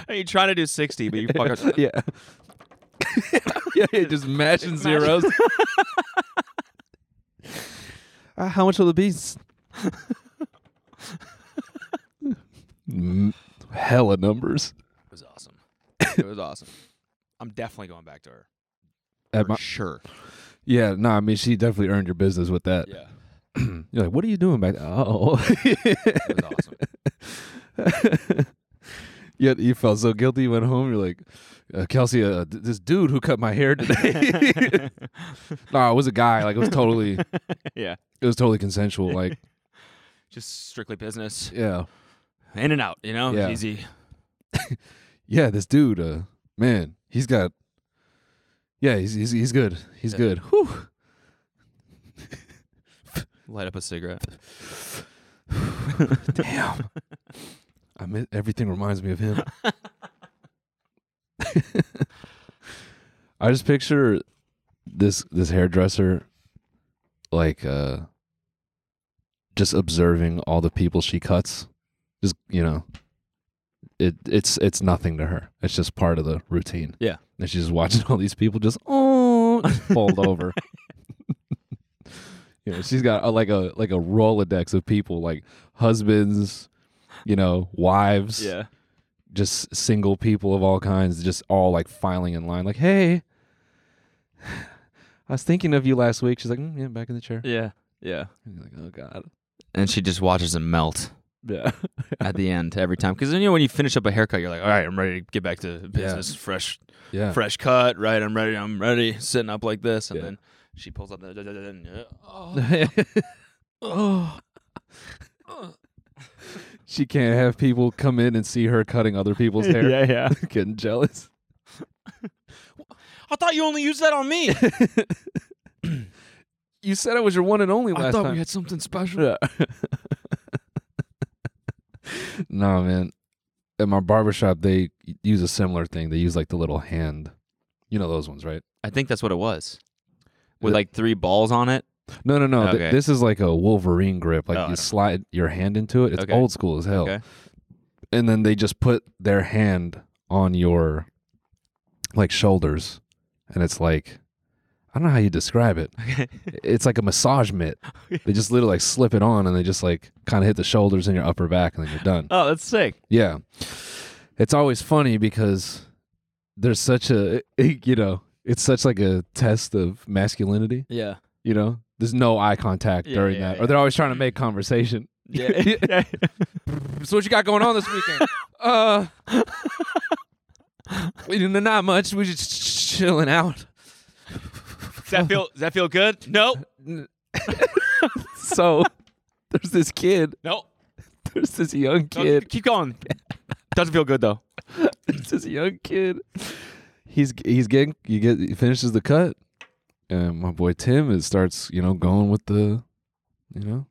S1: You're trying to do 60, but you fuck up.
S2: yeah. yeah, yeah, just mashing zeros. Uh, how much will it be? M- Hella numbers.
S1: It was awesome. It was awesome. I'm definitely going back to her.
S2: At
S1: for
S2: my-
S1: sure.
S2: yeah, no, I mean she definitely earned your business with that.
S1: Yeah.
S2: You're like, what are you doing back? Oh,
S1: It was awesome.
S2: yet you felt so guilty. You went home. You're like, uh, Kelsey, uh, th- this dude who cut my hair today. no, it was a guy. Like it was totally, it
S1: yeah.
S2: was totally consensual. Like,
S1: Just strictly business.
S2: yeah,
S1: In and out, you know?
S2: Yeah.
S1: Easy.
S2: yeah, this dude, uh, man, he's got, yeah, he's he's, he's good. He's
S1: Yeah.
S2: good. Whew.
S1: Light up a cigarette.
S2: Damn. I mi- everything reminds me of him. I just picture this this hairdresser like uh just observing all the people she cuts. Just you know it it's it's nothing to her. It's just part of the routine.
S1: Yeah.
S2: And she's just watching all these people just oh just fold over. you know, she's got a, like a like a Rolodex of people like husbands, you know, wives just single people of all kinds, just all like filing in line, like, hey, I was thinking of you last week. She's like, mm, yeah, back in the chair.
S1: Yeah. Yeah.
S2: And you're like, oh god,
S1: And she just watches them melt
S2: yeah,
S1: at the end every time. Because, you know, when you finish up a haircut, you're like, all right, I'm ready to get back to business. Fresh
S2: yeah,
S1: fresh cut, right? I'm ready. I'm ready. Sitting up like this, and
S2: Yeah.
S1: then she pulls out the. Oh,
S2: oh. she can't have people come in and see her cutting other people's hair,
S1: yeah.
S2: getting jealous.
S1: I thought you only used that on me.
S2: You said I was your one and only last time.
S1: had something special.
S2: Yeah. nah, man. At my barbershop, they use a similar thing. They use like the little hand. You know those ones, right?
S1: I think that's what it was. With
S2: Yeah.
S1: like three balls on it.
S2: No, no, no. Th-
S1: Okay.
S2: this is like a Wolverine grip. Like
S1: Oh, I
S2: you
S1: don't-
S2: slide your hand into it. It's
S1: Okay.
S2: old school as hell.
S1: Okay.
S2: And then they just put their hand on your like shoulders, and it's like I don't know how you describe it. it's like a massage mitt. They just literally like slip it on, and they just like kind of hit the shoulders and your upper back, and then you're done.
S1: oh, that's sick.
S2: Yeah. It's always funny because there's such a, you know, it's such like a test of masculinity,
S1: Yeah.
S2: you know? There's no eye contact
S1: Yeah,
S2: during
S1: yeah,
S2: that.
S1: yeah.
S2: Or they're always trying to make conversation.
S1: Yeah.
S2: So what you got going on this weekend? uh we didn't- not much. We just chilling out.
S1: does that feel does that feel good? No.
S2: So there's this kid,
S1: No.
S2: there's this young
S1: No,
S2: kid
S1: Keep going. Doesn't feel good though.
S2: it's this young kid. He's he's getting you get he finishes the cut, and my boy Tim it starts you know going with the, you know,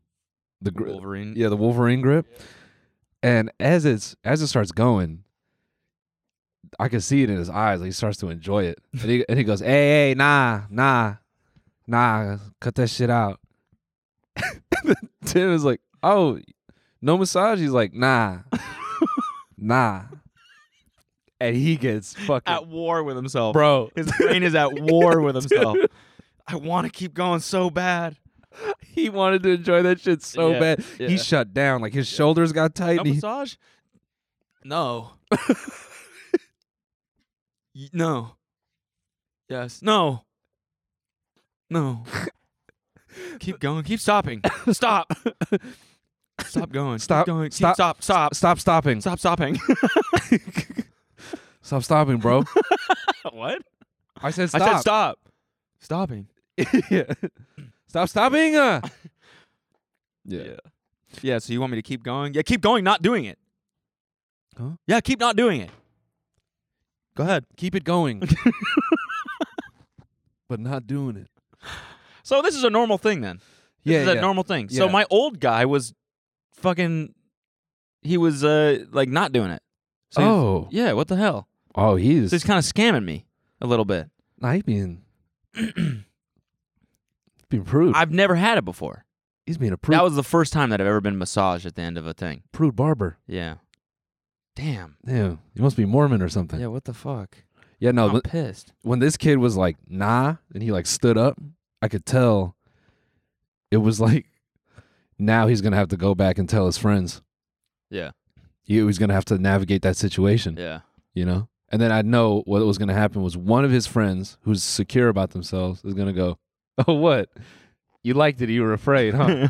S2: the grip.
S1: Wolverine.
S2: Yeah, the Wolverine grip. And as it's as it starts going, I can see it in his eyes. Like he starts to enjoy it, and he and he goes, "Hey, hey, nah, nah, nah, cut that shit out." and then Tim is like, "Oh, no massage." He's like, "Nah, nah," and he gets fucking
S1: At war with himself.
S2: bro.
S1: His brain is at war with himself. I want to keep going so bad.
S2: He wanted to enjoy that shit so
S1: Yeah,
S2: bad.
S1: yeah.
S2: He shut down. Like his shoulders got tight.
S1: No
S2: and he-
S1: massage? No. Y- no. Yes. No. No. keep going. Keep stopping. Stop. Stop going. Keep
S2: Stop.
S1: going. Keep-
S2: Stop.
S1: Stop. Stop.
S2: Stop stopping.
S1: Stop stopping.
S2: Stop stopping, bro.
S1: what?
S2: I said
S1: I said stop. Stopping.
S2: yeah. Stop stopping. Uh. Yeah.
S1: Yeah. So you want me to keep going? Yeah. Keep going. Not doing it.
S2: Huh?
S1: Yeah. Keep not doing it. Go ahead.
S2: Keep it going. but not doing it.
S1: So this is a normal thing then. This
S2: Yeah.
S1: is a
S2: yeah.
S1: normal thing. So
S2: Yeah.
S1: my old guy was fucking he was uh like not doing it. So he was-
S2: oh.
S1: yeah, what the hell?
S2: Oh, he's
S1: So he's kind of scamming me a little bit.
S2: he's being being prude.
S1: I've never had it before.
S2: he's being a prude,
S1: That was the first time that I've ever been massaged at the end of a thing.
S2: prude barber.
S1: Yeah. Damn.
S2: Yeah. He must be Mormon or something.
S1: Yeah, what the fuck?
S2: Yeah. No.
S1: I'm
S2: When,
S1: pissed.
S2: when this kid was like, nah, and he like stood up, I could tell. It was like, now he's gonna have to go back and tell his friends.
S1: Yeah.
S2: he was going to have to navigate that situation,
S1: Yeah.
S2: you know? And then I know what was going to happen was one of his friends who's secure about themselves is going to go, Oh, what? You liked it. You were afraid, huh?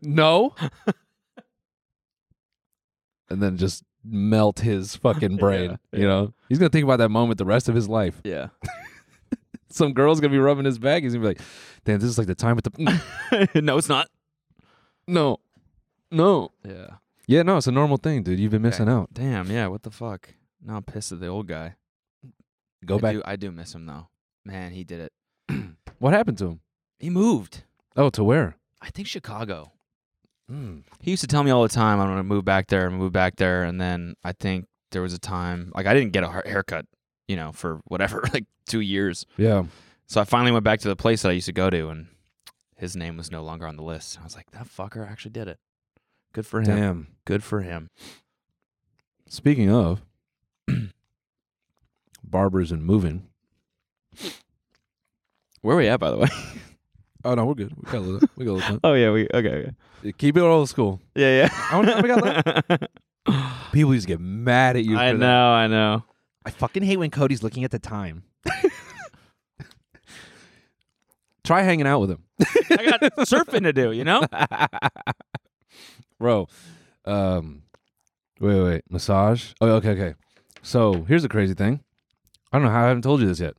S2: no. and then just melt his fucking brain, you know? He's going to think about that moment the rest of his life.
S1: yeah.
S2: Some girl's going to be rubbing his back. He's going to be like, Damn, this is like the time with the.
S1: no, it's not.
S2: no. No.
S1: Yeah.
S2: Yeah, no, it's a normal thing, dude. You've been missing out.
S1: Damn, yeah, what the fuck? Now I'm pissed at the old guy. I
S2: Go back.
S1: Do, I do miss him though. Man, he did it.
S2: What happened to him?
S1: He moved.
S2: Oh, to where?
S1: I think Chicago.
S2: Mm.
S1: He used to tell me all the time, I'm going to move back there, I'm gonna move back there. And then I think there was a time, like, I didn't get a har- haircut, you know, for whatever, like two years.
S2: Yeah.
S1: So I finally went back to the place that I used to go to, and his name was no longer on the list. I was like, that fucker actually did it. Good for him.
S2: Damn.
S1: Good for him.
S2: Speaking of barbers and moving.
S1: Where are we at, by the way?
S2: Oh no, we're good. We got a little. We got a little.
S1: oh, yeah. We, okay, okay.
S2: time. Keep it old school.
S1: Yeah,
S2: I don't know, we got a
S1: yeah.
S2: People used to get mad at you.
S1: I
S2: for
S1: know,
S2: That.
S1: I know.
S2: I fucking hate when Cody's looking at the time. Try hanging out with him,
S1: I got surfing to do, you know?
S2: bro. Um, wait, wait, wait. massage. Oh, okay, okay. So here's the crazy thing. I don't know how I haven't told you this yet.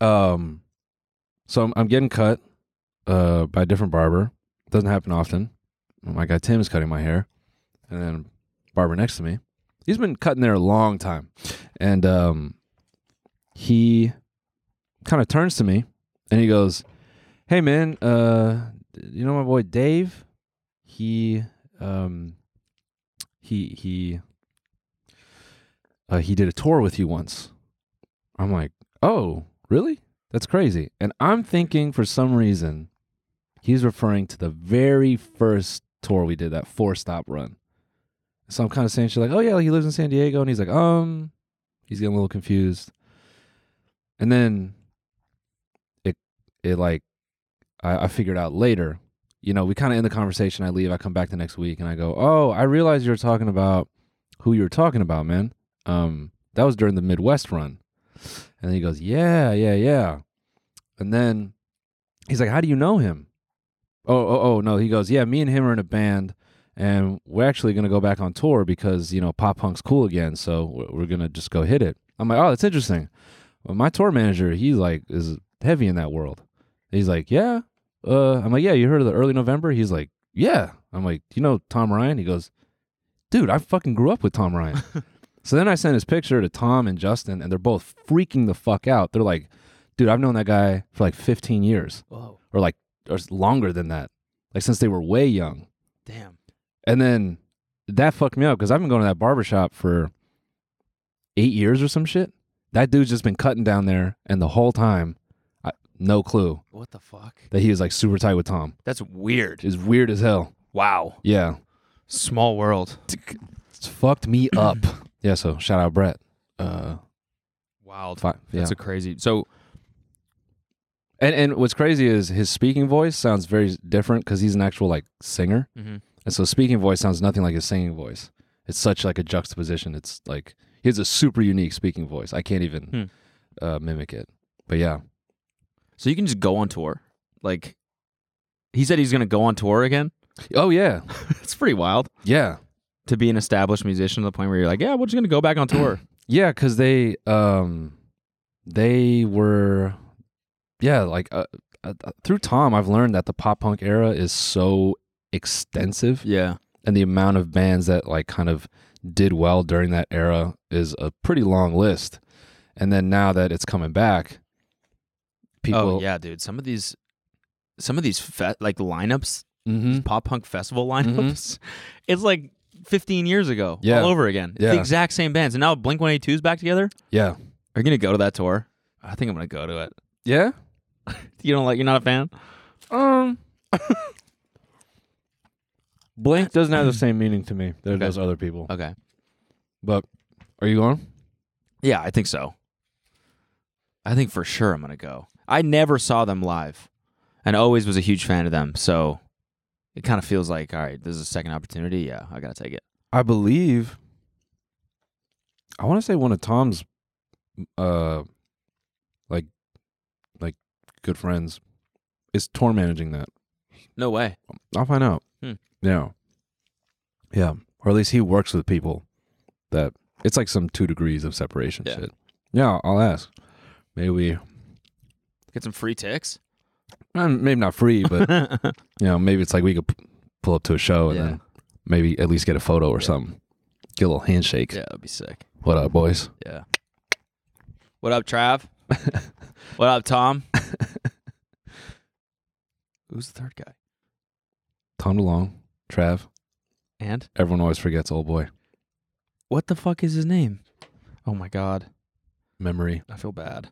S2: Um, so I'm, I'm getting cut uh, by a different barber. Doesn't happen often. My guy Tim is cutting my hair, and then barber next to me. He's been cutting there a long time, and um, he kind of turns to me and he goes, "Hey man, uh, you know my boy Dave? He um he he uh, he did a tour with you once." I'm like, "Oh, really? That's crazy." And I'm thinking for some reason he's referring to the very first tour we did, that four-stop run. So I'm kind of saying shit like, "Oh yeah, he lives in San Diego," and he's like, "Um," he's getting a little confused. And then it it like I, I figured out later. You know, we kind of end the conversation. I leave. I come back the next week, and I go, "Oh, I realized you were talking about who you were talking about, man. Um, that was during the Midwest run." And then he goes, "Yeah, yeah, yeah." And then he's like, "How do you know him?" Oh, oh, oh, no. He goes, "Yeah, me and him are in a band." And we're actually going to go back on tour because, you know, pop punk's cool again. So we're- we're going to just go hit it. I'm like, oh, that's interesting. Well, my tour manager, he like is heavy in that world. He's like, yeah. Uh, I'm like, yeah. You heard of the early November? He's like, yeah. I'm like, you know Tom Ryan? He goes, dude, I fucking grew up with Tom Ryan. so then I sent his picture to Tom and Justin, and they're both freaking the fuck out. They're like, dude, I've known that guy for like 15 years,
S1: Whoa.
S2: or like, or s- longer than that, like since they were way young.
S1: Damn.
S2: And then that fucked me up because I've been going to that barbershop for eight years or some shit. That dude's just been cutting down there, and the whole time, I, no clue
S1: What the fuck?
S2: that he was like super tight with Tom.
S1: That's weird.
S2: It's weird as hell.
S1: Wow.
S2: Yeah.
S1: Small world.
S2: It's fucked me up. yeah, so shout out Brett. Uh,
S1: Wild.
S2: fi- yeah.
S1: That's a crazy. So
S2: and, and what's crazy is his speaking voice sounds very different because he's an actual like singer. And so speaking voice sounds nothing like his singing voice. It's such like a juxtaposition. It's like he has a super unique speaking voice. I can't even uh, mimic it. But yeah,
S1: so you can just go on tour. Like he said he's gonna go on tour again.
S2: oh yeah,
S1: It's pretty wild
S2: yeah,
S1: to be an established musician to the point where you're like, yeah, we're just gonna go back on tour.
S2: yeah. Because they um they were yeah like uh, uh, through Tom, I've learned that the pop punk era is so extensive,
S1: yeah.
S2: and the amount of bands that like kind of did well during that era is a pretty long list. And then now that it's coming back, people
S1: Oh yeah, dude. Some of these, some of these fe- like lineups,
S2: Mhm.
S1: pop punk festival lineups. It's like 15 years ago,
S2: Yeah.
S1: all over again. It's
S2: Yeah.
S1: the exact same bands, and now Blink 182's back together.
S2: Yeah.
S1: Are you gonna go to that tour? I think I'm gonna go to it.
S2: Yeah.
S1: You don't like? You're not a fan?
S2: Um. Blank doesn't have the same meaning to me that it
S1: Okay. Uh,
S2: does other people.
S1: Okay.
S2: But are you going?
S1: Yeah, I think so. I think for sure I'm gonna go. I never saw them live, and always was a huge fan of them. So it kind of feels like, all right, this is a second opportunity. Yeah, I gotta take it.
S2: I believe. I want to say one of Tom's, uh, like, like good friends, is tour managing that.
S1: No way.
S2: I'll find out.
S1: Hmm.
S2: Yeah. Yeah. Or at least he works with people that it's like some two degrees of separation
S1: Yeah.
S2: shit. Yeah, I'll ask. Maybe we,
S1: Get some free ticks.
S2: uh, maybe not free, but you know, maybe it's like we could p- pull up to a show and
S1: Yeah.
S2: then maybe at least get a photo or something. Get a little handshake.
S1: Yeah, that'd be sick.
S2: What up, boys?
S1: Yeah. What up, Trav? what up, Tom? Who's the third guy?
S2: Tom DeLong, Trav.
S1: And
S2: Everyone always forgets old boy.
S1: what the fuck is his name? Oh my god,
S2: Memory.
S1: I feel bad.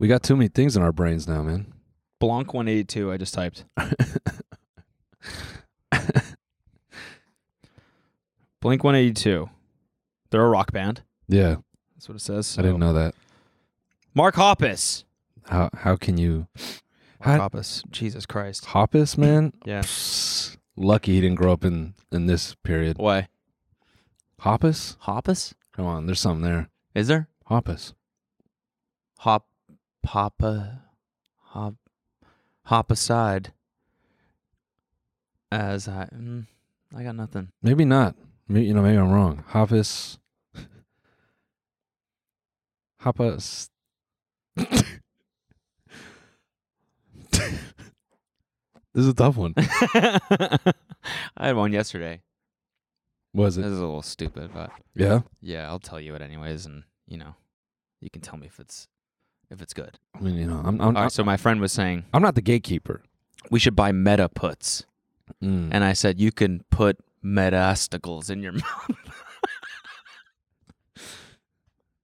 S2: We got too many things in our brains now, man.
S1: Blanc 182. I just typed. Blink 182. They're a rock band.
S2: Yeah,
S1: That's what it says.
S2: I didn't know that.
S1: Mark Hoppus.
S2: How how can you
S1: Mark
S2: How-
S1: Hoppus. Jesus Christ.
S2: Hoppus, man?
S1: Yeah.
S2: Psst. Lucky he didn't grow up in in this period.
S1: Why?
S2: Hoppus?
S1: Hoppus?
S2: Come on, there's something there.
S1: Is there?
S2: Hoppus.
S1: hop papa hop hop aside as i mm, i got nothing
S2: Maybe not. Maybe, you know, maybe I'm wrong. Hoppus. Hoppus. this is a tough one.
S1: i had one yesterday
S2: Was
S1: this
S2: it?
S1: is a little stupid but
S2: Yeah.
S1: yeah i'll tell you it anyways and you know, you can tell me if it's if it's good.
S2: I mean, you know, I'm I'm,
S1: All right, so my friend was saying
S2: I'm not the gatekeeper.
S1: we should buy meta puts.
S2: Mm.
S1: And I said you can put metasticles in your mouth.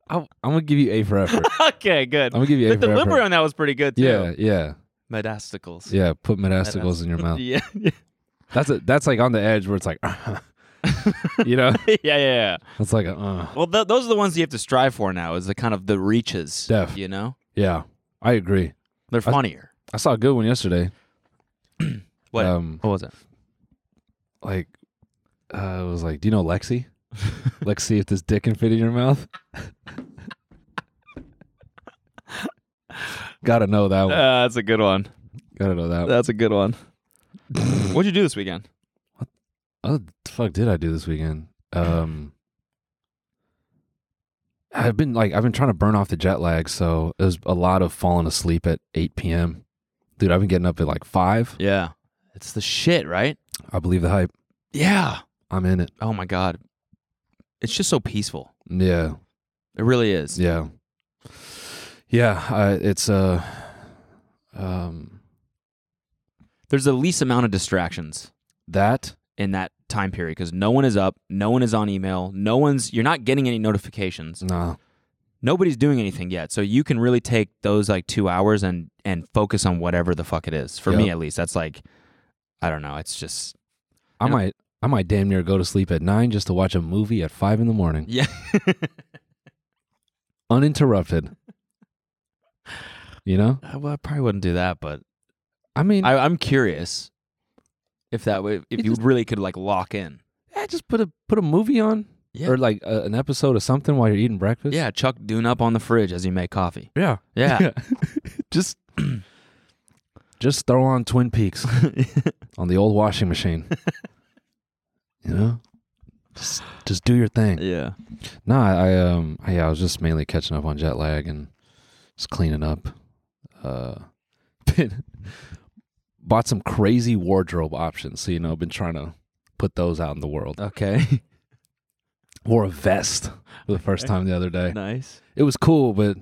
S2: I, am gonna give you A for effort.
S1: okay, good.
S2: I'm gonna give you A
S1: The
S2: for
S1: delivery
S2: effort.
S1: on that was pretty good too.
S2: Yeah, yeah,
S1: Metasticles.
S2: yeah. Put metasticles in your mouth.
S1: Yeah.
S2: That's a, that's like on the edge where it's like, uh, you know,
S1: yeah, yeah, yeah.
S2: it's like, a, uh,
S1: Well, th- those are the ones you have to strive for now. Is the kind of the reaches.
S2: Def.
S1: You know,
S2: yeah. I agree.
S1: they're
S2: I-
S1: funnier.
S2: I saw a good one yesterday.
S1: What?
S2: Um,
S1: what was it?
S2: like, uh, it was like, do you know Lexi? Let's see if this dick can fit in your mouth. Gotta know that one.
S1: Uh, that's a good one.
S2: Gotta know that one.
S1: That's a good one. What'd you do this weekend?
S2: Oh, the fuck did I do this weekend? Um, I've been like I've been trying to burn off the jet lag, so it was a lot of falling asleep at 8 p.m. Dude, I've been getting up at like five.
S1: Yeah, it's the shit, right?
S2: I believe the hype.
S1: Yeah.
S2: I'm in it.
S1: Oh my god, it's just so peaceful.
S2: Yeah,
S1: It really is.
S2: yeah, yeah. I, it's uh, um,
S1: There's the least amount of distractions
S2: that
S1: in that time period because no one is up, no one is on email, no one's. You're not getting any notifications.
S2: no,
S1: Nobody's doing anything yet, so you can really take those like two hours and and focus on whatever the fuck it is. For me,
S2: Yep.
S1: at least, that's like, I don't know. It's just
S2: I
S1: You know-
S2: might I might damn near go to sleep at nine just to watch a movie at five in the morning,
S1: yeah. Uh,
S2: uninterrupted. you know,
S1: I- well, I probably wouldn't do that, but
S2: I mean,
S1: I, I'm curious if that would if
S2: It
S1: you
S2: just-
S1: really could like lock in.
S2: Yeah, just put a put a movie on
S1: Yeah.
S2: or like a, an episode of something while you're eating breakfast.
S1: Yeah, Chuck Dune up on the fridge as you make coffee.
S2: yeah,
S1: Yeah.
S2: just just throw on Twin Peaks on the old washing machine. you know, just just do your thing.
S1: yeah.
S2: No, I, I um I, yeah, I was just mainly catching up on jet lag and just cleaning up. Uh, been bought some crazy wardrobe options, so you know, been trying to put those out in the world.
S1: Okay.
S2: Wore a vest for the first time the other day.
S1: nice.
S2: it was cool, but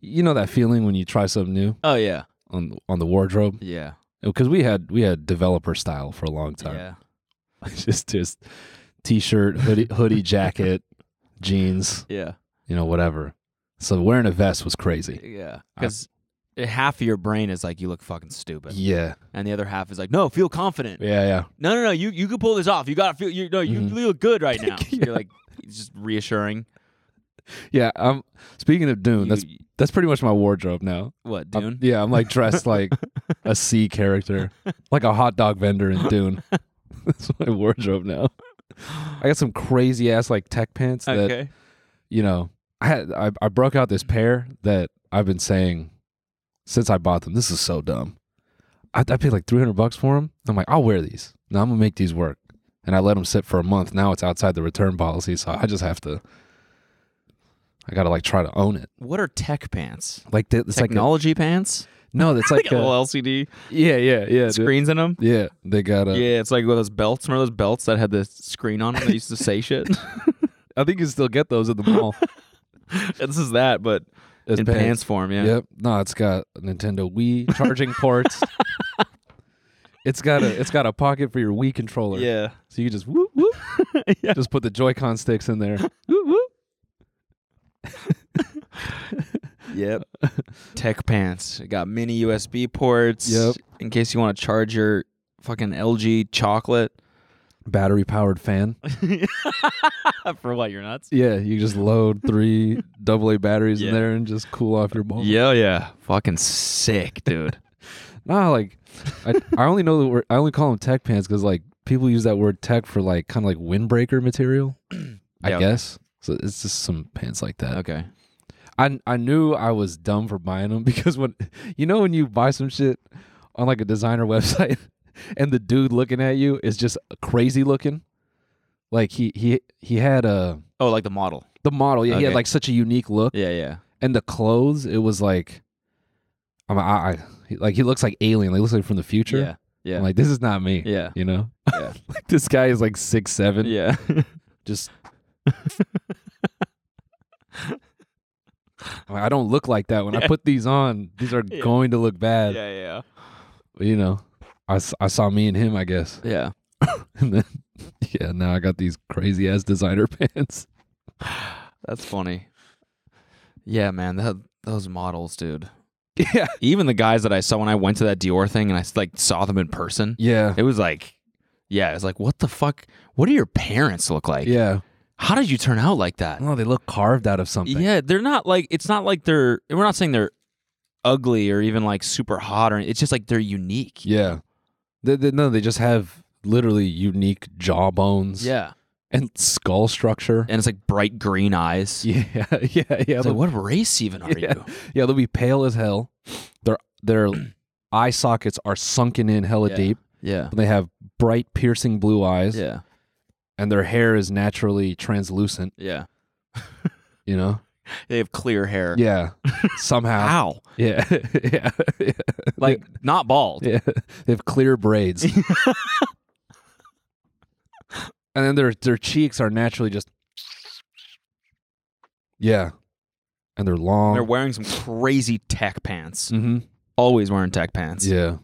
S2: you know that feeling when you try something new
S1: Oh yeah.
S2: on on the wardrobe
S1: Yeah.
S2: because we had we had developer style for a long time.
S1: Yeah.
S2: just just t-shirt, hoodie, hoodie, jacket, jeans,
S1: Yeah.
S2: you know, whatever. So wearing a vest was crazy.
S1: Yeah.
S2: I-
S1: Because half of your brain is like you look fucking stupid,
S2: Yeah,
S1: and the other half is like, no, feel confident.
S2: yeah, yeah.
S1: No, no, no. You you can pull this off. You gotta feel. You no. You
S2: Mhm.
S1: look good right now.
S2: Yeah.
S1: You're like. It's just reassuring.
S2: Yeah, I'm speaking of Dune.
S1: You-
S2: That's uh, that's pretty much my wardrobe now.
S1: what
S2: I'm-
S1: Dune.
S2: yeah, I'm like dressed like a C character, like a hot dog vendor in Dune. that's my wardrobe now. I got some crazy ass like tech pants that
S1: okay.
S2: you know, I had I, I broke out this pair that I've been saying since I bought them. This is so dumb. I, I paid like three hundred bucks for them. I'm like, I'll wear these. Now I'm gonna make these work. And I let them sit for a month. Now it's outside the return policy, so I just have to. I gotta like try to own it.
S1: What are tech pants?
S2: Like th- it's like a-
S1: Technology pants.
S2: no, it's like
S1: They got
S2: a,
S1: little LCD
S2: yeah, yeah, yeah, dude. Uh,
S1: screens in them.
S2: yeah. They got a.
S1: Yeah, it's like with those belts. Remember those belts that had the screen on them that used to say shit?
S2: I think you still get those at the mall.
S1: this is that, but
S2: As
S1: in pants, form. Yeah.
S2: Yep. No, it's got a Nintendo Wii charging ports. it's got a it's got a pocket for your Wii controller.
S1: Yeah.
S2: So you just whoop whoop.
S1: Yeah.
S2: Just put the Joy-Con sticks in there.
S1: Woo, woo. yep. Tech pants. It got mini USB ports.
S2: Yep.
S1: In case you want to charge your fucking LG chocolate.
S2: Battery powered fan.
S1: For what? You're nuts?
S2: Yeah, you just load three AA batteries
S1: Yeah.
S2: in there and just cool off your balls.
S1: Yeah, yeah. Fucking sick, dude.
S2: Nah, like I, I only know the word I only call them tech pants because like people use that word tech for like kind of like windbreaker material. I
S1: Yeah, okay.
S2: guess. So it's just some pants like that.
S1: okay.
S2: I I knew I was dumb for buying them because when you know when you buy some shit on like a designer website and the dude looking at you is just crazy looking. Like he he he had a
S1: Oh, like the model.
S2: the model, yeah, he had
S1: Okay.
S2: like such a unique look
S1: Yeah, yeah.
S2: and the clothes, it was like I'm I, I he- like he looks like alien, like he looks like from the future.
S1: Yeah. Yeah.
S2: I'm like this is not me.
S1: yeah.
S2: You know?
S1: Yeah.
S2: like this guy is like six seven.
S1: Yeah.
S2: Just I mean, I don't look like that when I put these on. These are
S1: Yeah.
S2: going to look bad.
S1: yeah,
S2: You know, I, s- I saw me and him, I guess.
S1: yeah.
S2: And then, yeah, now I got these crazy ass designer pants.
S1: That's funny. Yeah, man, that, those models, dude.
S2: Yeah.
S1: Even the guys that I saw when I went to that Dior thing and I s- like saw them in person,
S2: Yeah.
S1: it was like, yeah, it's like, what the fuck? What do your parents look like?
S2: Yeah.
S1: How did you turn out like that?
S2: No, they look carved out of something.
S1: Yeah, they're not like it's not like they're we're not saying they're ugly or even like super hot or it's just like they're unique.
S2: Yeah. They, they- no, they just have literally unique jawbones
S1: Yeah.
S2: and skull structure.
S1: And it's like bright green eyes.
S2: yeah. Yeah. Yeah.
S1: It's
S2: they'll-
S1: like, what race even are
S2: Yeah.
S1: you?
S2: yeah. They'll be pale as hell. Their, their eye sockets are sunken in hella
S1: Yeah.
S2: deep.
S1: Yeah.
S2: And they have bright, piercing blue eyes.
S1: Yeah.
S2: And their hair is naturally translucent,
S1: Yeah.
S2: you know?
S1: They have clear hair.
S2: Yeah. Somehow.
S1: How?
S2: yeah. yeah. Yeah.
S1: Like not bald.
S2: Yeah, they have clear braids. and then their their cheeks are naturally just Yeah. And they're long.
S1: They're wearing some crazy tech pants.
S2: mm-hmm.
S1: Always wearing tech pants.
S2: Yeah.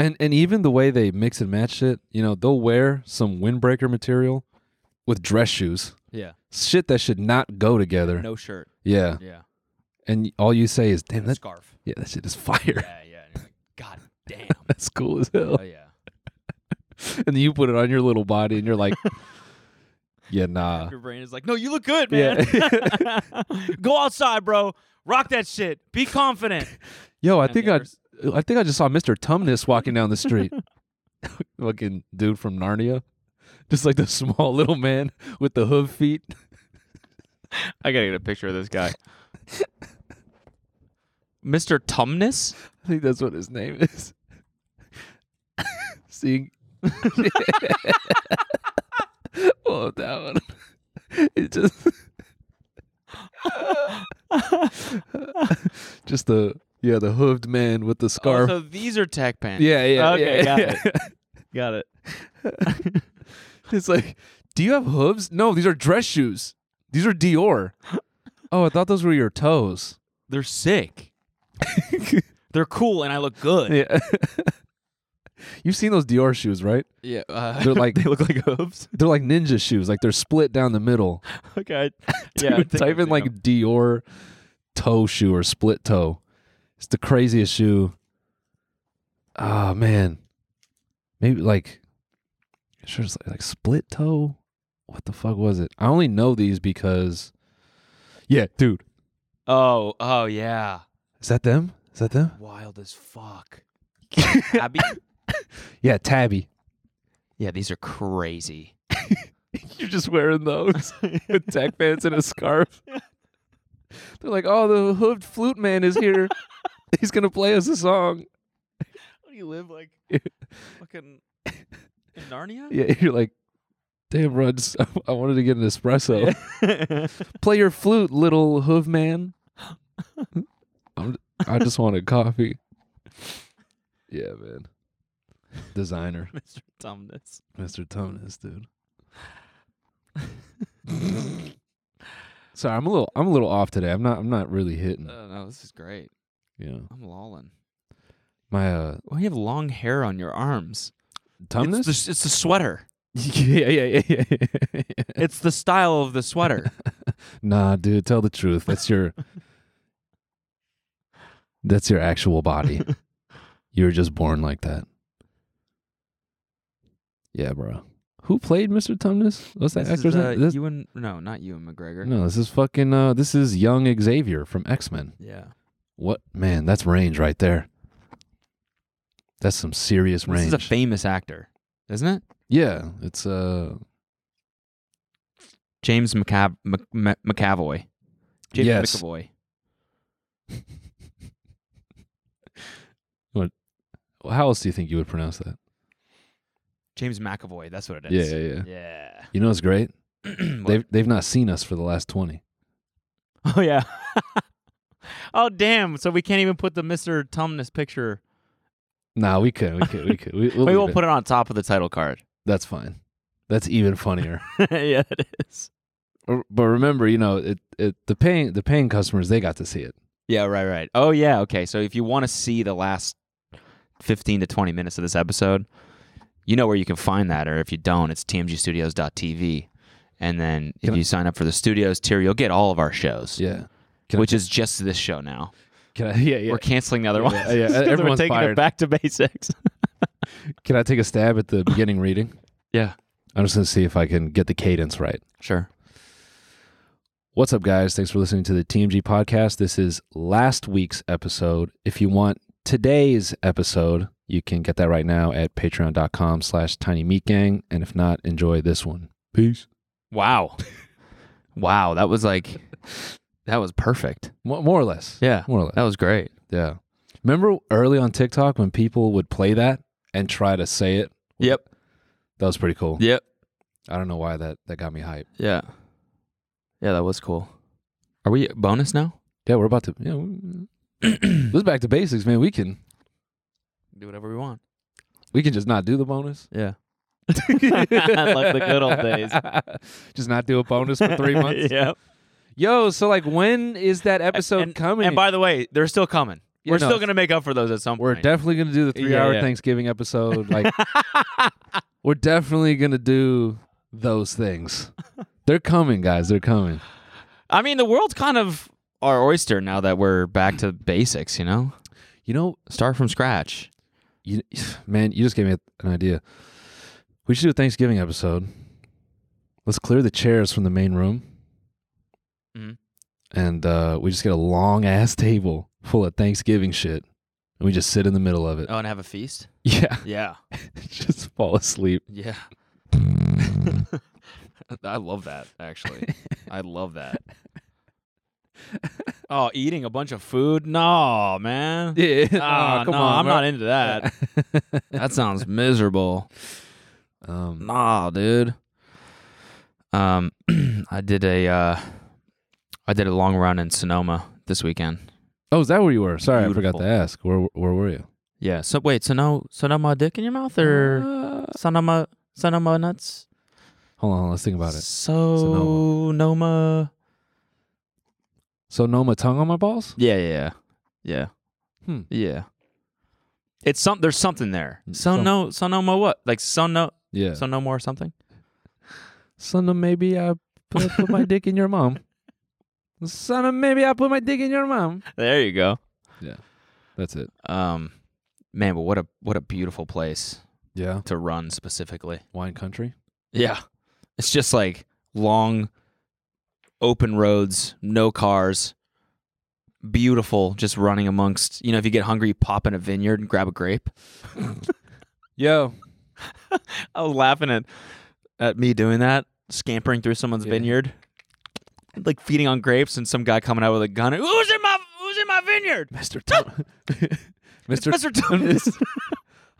S2: And and even the way they mix and match shit, you know, they'll wear some windbreaker material with dress shoes.
S1: Yeah.
S2: Shit that should not go together.
S1: No shirt.
S2: Yeah.
S1: Yeah.
S2: And all you say is, damn
S1: And a
S2: that
S1: scarf.
S2: yeah, that shit is fire.
S1: Yeah, yeah. And you're like, God damn.
S2: That's cool as hell.
S1: Oh yeah.
S2: And then you put it on your little body and you're like Yeah, nah.
S1: Your brain is like, no, you look good, man.
S2: Yeah.
S1: Go outside, bro. Rock that shit. Be confident.
S2: Yo, I
S1: And
S2: think
S1: the
S2: I,
S1: others-
S2: I think I just saw Mr. Tumnus walking down the street. Fucking dude from Narnia, just like the small little man with the hoof feet.
S1: I gotta get a picture of this guy. Mr. Tumnus?
S2: I think that's what his name is. Seeing, oh that one, it just, just the yeah the hooved man with the
S1: Oh,
S2: scarf.
S1: so these are tech pants.
S2: yeah, yeah,
S1: Okay,
S2: yeah,
S1: got
S2: yeah.
S1: it. Got it.
S2: It's like, do you have hooves? No, these are dress shoes. These are Dior. Oh, I thought those were your toes.
S1: They're sick. They're cool and I look good.
S2: Yeah. You've seen those Dior shoes, right?
S1: Yeah, uh,
S2: They're like-
S1: they look like hooves.
S2: They're like ninja shoes. Like they're split down the middle.
S1: Okay, yeah. I
S2: Dude,
S1: think I've
S2: type in
S1: seen
S2: like
S1: them.
S2: Dior toe shoe or split toe. It's the craziest shoe. Ah man. Maybe like sure it's like, like split toe. What the fuck was it? I only know these because Yeah, dude.
S1: oh, oh yeah,
S2: Is that them? Is that them?
S1: wild as fuck. Abby,
S2: Yeah, tabby.
S1: yeah, these are crazy.
S2: You're just wearing those with tech pants and a scarf. They're like, oh, the hooved flute man is here. He's gonna play us a song.
S1: What do you live like? fucking in Narnia?
S2: Yeah, you're like, damn, bro, I, just- I wanted to get an espresso. Play your flute, little hoov man. I'm, I just wanted coffee. Yeah, man. Designer,
S1: Mr. Tumnus.
S2: Mr. Tonus, dude. Sorry, I'm a little, I'm a little off today. I'm not, I'm not really hitting.
S1: Oh, no, this is great.
S2: Yeah,
S1: I'm lolling.
S2: my uh,
S1: Well, you have long hair on your arms.
S2: Tumnus.
S1: It's the, it's the sweater.
S2: yeah, yeah, yeah, yeah, yeah.
S1: It's the style of the sweater.
S2: Nah, dude, tell the truth. That's your That's your actual body. you were just born like that. Yeah, bro. Who played Mr. Tumnus? What's that
S1: This is,
S2: actor's
S1: uh,
S2: name? This-
S1: Ewan, no, not Ewan McGregor.
S2: no, this is fucking uh this is young Xavier from X-Men.
S1: Yeah.
S2: What man, that's range right there. That's some serious
S1: This
S2: range.
S1: is a famous actor, isn't it?
S2: yeah, it's uh
S1: James McCav- Mc- Mc- McAvoy. James
S2: Yes.
S1: McAvoy.
S2: how else do you think you would pronounce that?
S1: James McAvoy. That's what it
S2: Yeah,
S1: is.
S2: yeah, yeah.
S1: yeah.
S2: You know what's great?
S1: What?
S2: They've they've not seen us for the last 20.
S1: oh yeah. oh damn! So we can't even put the Mister Tumnus picture.
S2: Nah, we could, we could, we could. We, we'll
S1: Maybe
S2: leave
S1: we'll
S2: it.
S1: put it on top of the title card.
S2: That's fine. That's even funnier.
S1: yeah, it is.
S2: r- but remember, you know, it, it the paying the paying customers they got to see it.
S1: Yeah, right, right. Oh, yeah. Okay. So if you want to see the last 15 to 20 minutes of this episode, you know where you can find that. Or if you don't, it's tmgstudios.tv. And then if
S2: Can I-
S1: you sign up for the studios tier, you'll get all of our shows,
S2: Yeah. Can I
S1: which is just this show now.
S2: Can I, yeah, yeah.
S1: We're canceling the other
S2: Yeah,
S1: one.
S2: yeah,
S1: we're
S2: everyone's
S1: taking
S2: fired.
S1: it back to basics.
S2: Can I take a stab at the beginning reading?
S1: yeah,
S2: I'm just gonna see if I can get the cadence right.
S1: sure.
S2: What's up, guys? Thanks for listening to the TMG podcast. This is last week's episode. If you want today's episode, you can get that right now at patreon.com slash tiny meat gang. And if not, enjoy this one. Peace.
S1: Wow. wow. That was like, that was perfect.
S2: More, more or less.
S1: Yeah.
S2: More or less.
S1: That was great.
S2: Yeah. Remember early on TikTok when people would play that and try to say it?
S1: Yep.
S2: That was pretty cool.
S1: Yep.
S2: I don't know why that, that got me hyped.
S1: Yeah. Yeah, that was cool. Are we bonus now?
S2: Yeah, we're about to. Yeah, we- this is back to basics, man. We can
S1: Do whatever we want.
S2: we can just not do the bonus.
S1: Yeah. Like the good old days.
S2: just not do a bonus for three months.
S1: yeah.
S2: Yo, so like, when is that episode
S1: and,
S2: coming?
S1: And by the way, they're still coming.
S2: Yeah,
S1: We're
S2: no,
S1: still gonna make up for those at some
S2: we're
S1: point.
S2: definitely gonna do the
S1: Yeah,
S2: three hour
S1: yeah.
S2: Thanksgiving episode. Like, we're definitely gonna do those things. They're coming, guys. They're coming.
S1: I mean, the world's kind of our oyster now that we're back to basics. You know,
S2: You know,
S1: start from scratch.
S2: you man, you just gave me an idea. We should do a Thanksgiving episode. Let's clear the chairs from the main room,
S1: Mhm.
S2: and uh, we just get a long ass table full of Thanksgiving shit, and we just sit in the middle of it.
S1: Oh, and have a feast.
S2: Yeah,
S1: Yeah.
S2: just fall asleep.
S1: Yeah. I love that. Actually, I love that. Oh, eating a bunch of food? No, man.
S2: Yeah,
S1: Ah,
S2: Aw, come
S1: no,
S2: on,
S1: I'm
S2: bro.
S1: not into that. that sounds miserable.
S2: um,
S1: Nah, dude. Um, I did a uh, I did a long run in Sonoma this weekend.
S2: oh, is that where you were? Sorry, I
S1: Beautiful.
S2: forgot to ask. Where where were you?
S1: Yeah. So wait, Sonoma, Sonoma dick in your mouth or
S2: Uh,
S1: Sonoma, Sonoma nuts?
S2: hold on, let's think about it.
S1: So Noma.
S2: So Noma tongue on my balls?
S1: Yeah, yeah, yeah.
S2: Hmm.
S1: Yeah. It's some. There's something there.
S2: Mm, Some-
S1: Sono, Sonoma. What? Like Sono,
S2: Yeah.
S1: Sonoma or something?
S2: Son of maybe I put, put my dick in your mom. Son of maybe I put my dick in your mom.
S1: There you go.
S2: That's it.
S1: Um, man, but what a what a beautiful place
S2: Yeah.
S1: to run specifically.
S2: Wine country.
S1: Yeah. It's just like long open roads, no cars. Beautiful, just running amongst, you know, if you get hungry, you pop in a vineyard and grab a grape.
S2: Yo.
S1: I was laughing at at me doing that, scampering through someone's
S2: Yeah.
S1: vineyard, like feeding on grapes and some guy coming out with a gun. Who's in my who's in my vineyard?
S2: Mr. Tom-
S1: It's
S2: Mr.
S1: Mr. Thomas.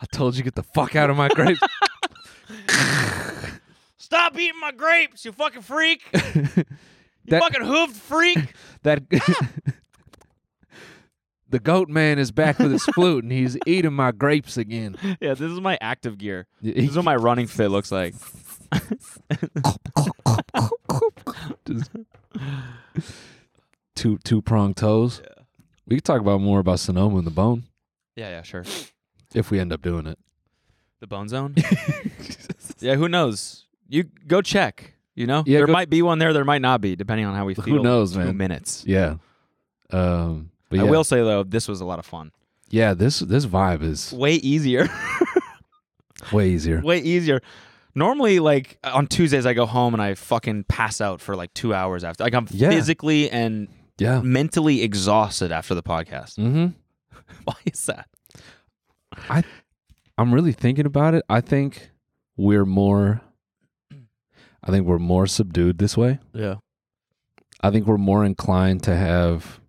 S2: I told you get the fuck out of my grapes.
S1: Stop eating my grapes, you fucking freak. You
S2: That-
S1: fucking hoofed freak.
S2: that The goat man is back with his flute and he's eating my grapes again.
S1: yeah, this is my active gear. This is what my running fit looks like.
S2: two two prong toes. We could talk about more about Sonoma and the bone
S1: Yeah, yeah, sure.
S2: if we end up doing it.
S1: The Bone Zone. yeah, who knows? You go check. You know,
S2: Yeah,
S1: there
S2: go-
S1: might be one there. There might not be, depending on how we feel.
S2: Who knows,
S1: Two
S2: man?
S1: minutes.
S2: Yeah. Um, but
S1: I
S2: yeah.
S1: will say though, this was a lot of fun.
S2: Yeah, this this vibe is
S1: Way easier.
S2: way easier.
S1: Way easier. Normally, like on Tuesdays, I go home and I fucking pass out for like two hours after. Like I'm
S2: Yeah.
S1: physically and
S2: Yeah.
S1: mentally exhausted after the podcast.
S2: Mm-hmm.
S1: Why is that?
S2: I'm really thinking about it. I think we're more. I think we're more subdued this way.
S1: Yeah.
S2: I think we're more inclined to have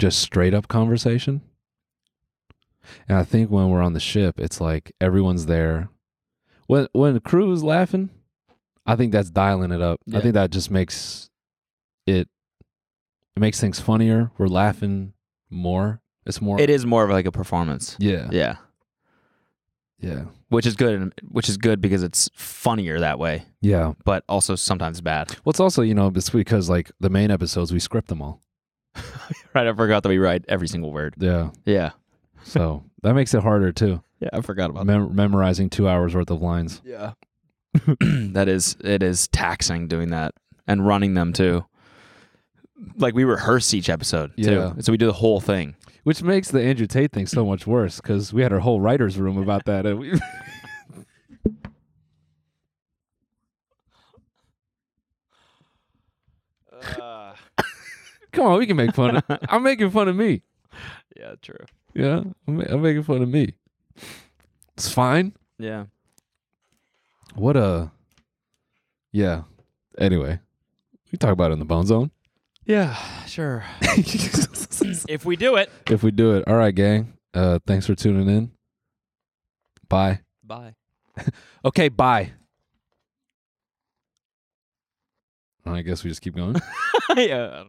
S2: just straight up conversation. And I think when we're on the ship, it's like everyone's there. When when the crew is laughing, I think that's dialing it up.
S1: Yeah.
S2: I think that just makes it it makes things funnier. We're laughing more. It's more
S1: It is more of like a performance.
S2: yeah.
S1: Yeah.
S2: Yeah.
S1: which is good, and- which is good because it's funnier that way,
S2: Yeah.
S1: but also sometimes bad.
S2: Well, it's also, you know, it's because like the main episodes, we script them all.
S1: Right? I forgot that we write every single word.
S2: Yeah.
S1: Yeah,
S2: So that makes it harder too.
S1: yeah, I forgot about
S2: Mem- memorizing two hours worth of lines.
S1: that. Yeah, that is it is taxing doing that and running them too. Like we rehearse each episode
S2: Yeah.
S1: too, so we do the whole thing.
S2: Which makes the Andrew Tate thing so much worse because we had our whole writer's room about that. And we, come on, we can make fun of I'm making fun of me.
S1: yeah, true.
S2: Yeah. I'm, ma- I'm making fun of me. It's fine.
S1: Yeah.
S2: What a. Yeah. Anyway, we can talk about it in the bone zone.
S1: Yeah, sure. if we do it,
S2: if we do it. All right, gang. Uh, thanks for tuning in. Bye.
S1: bye.
S2: Okay, bye. I guess we just keep going.
S1: yeah.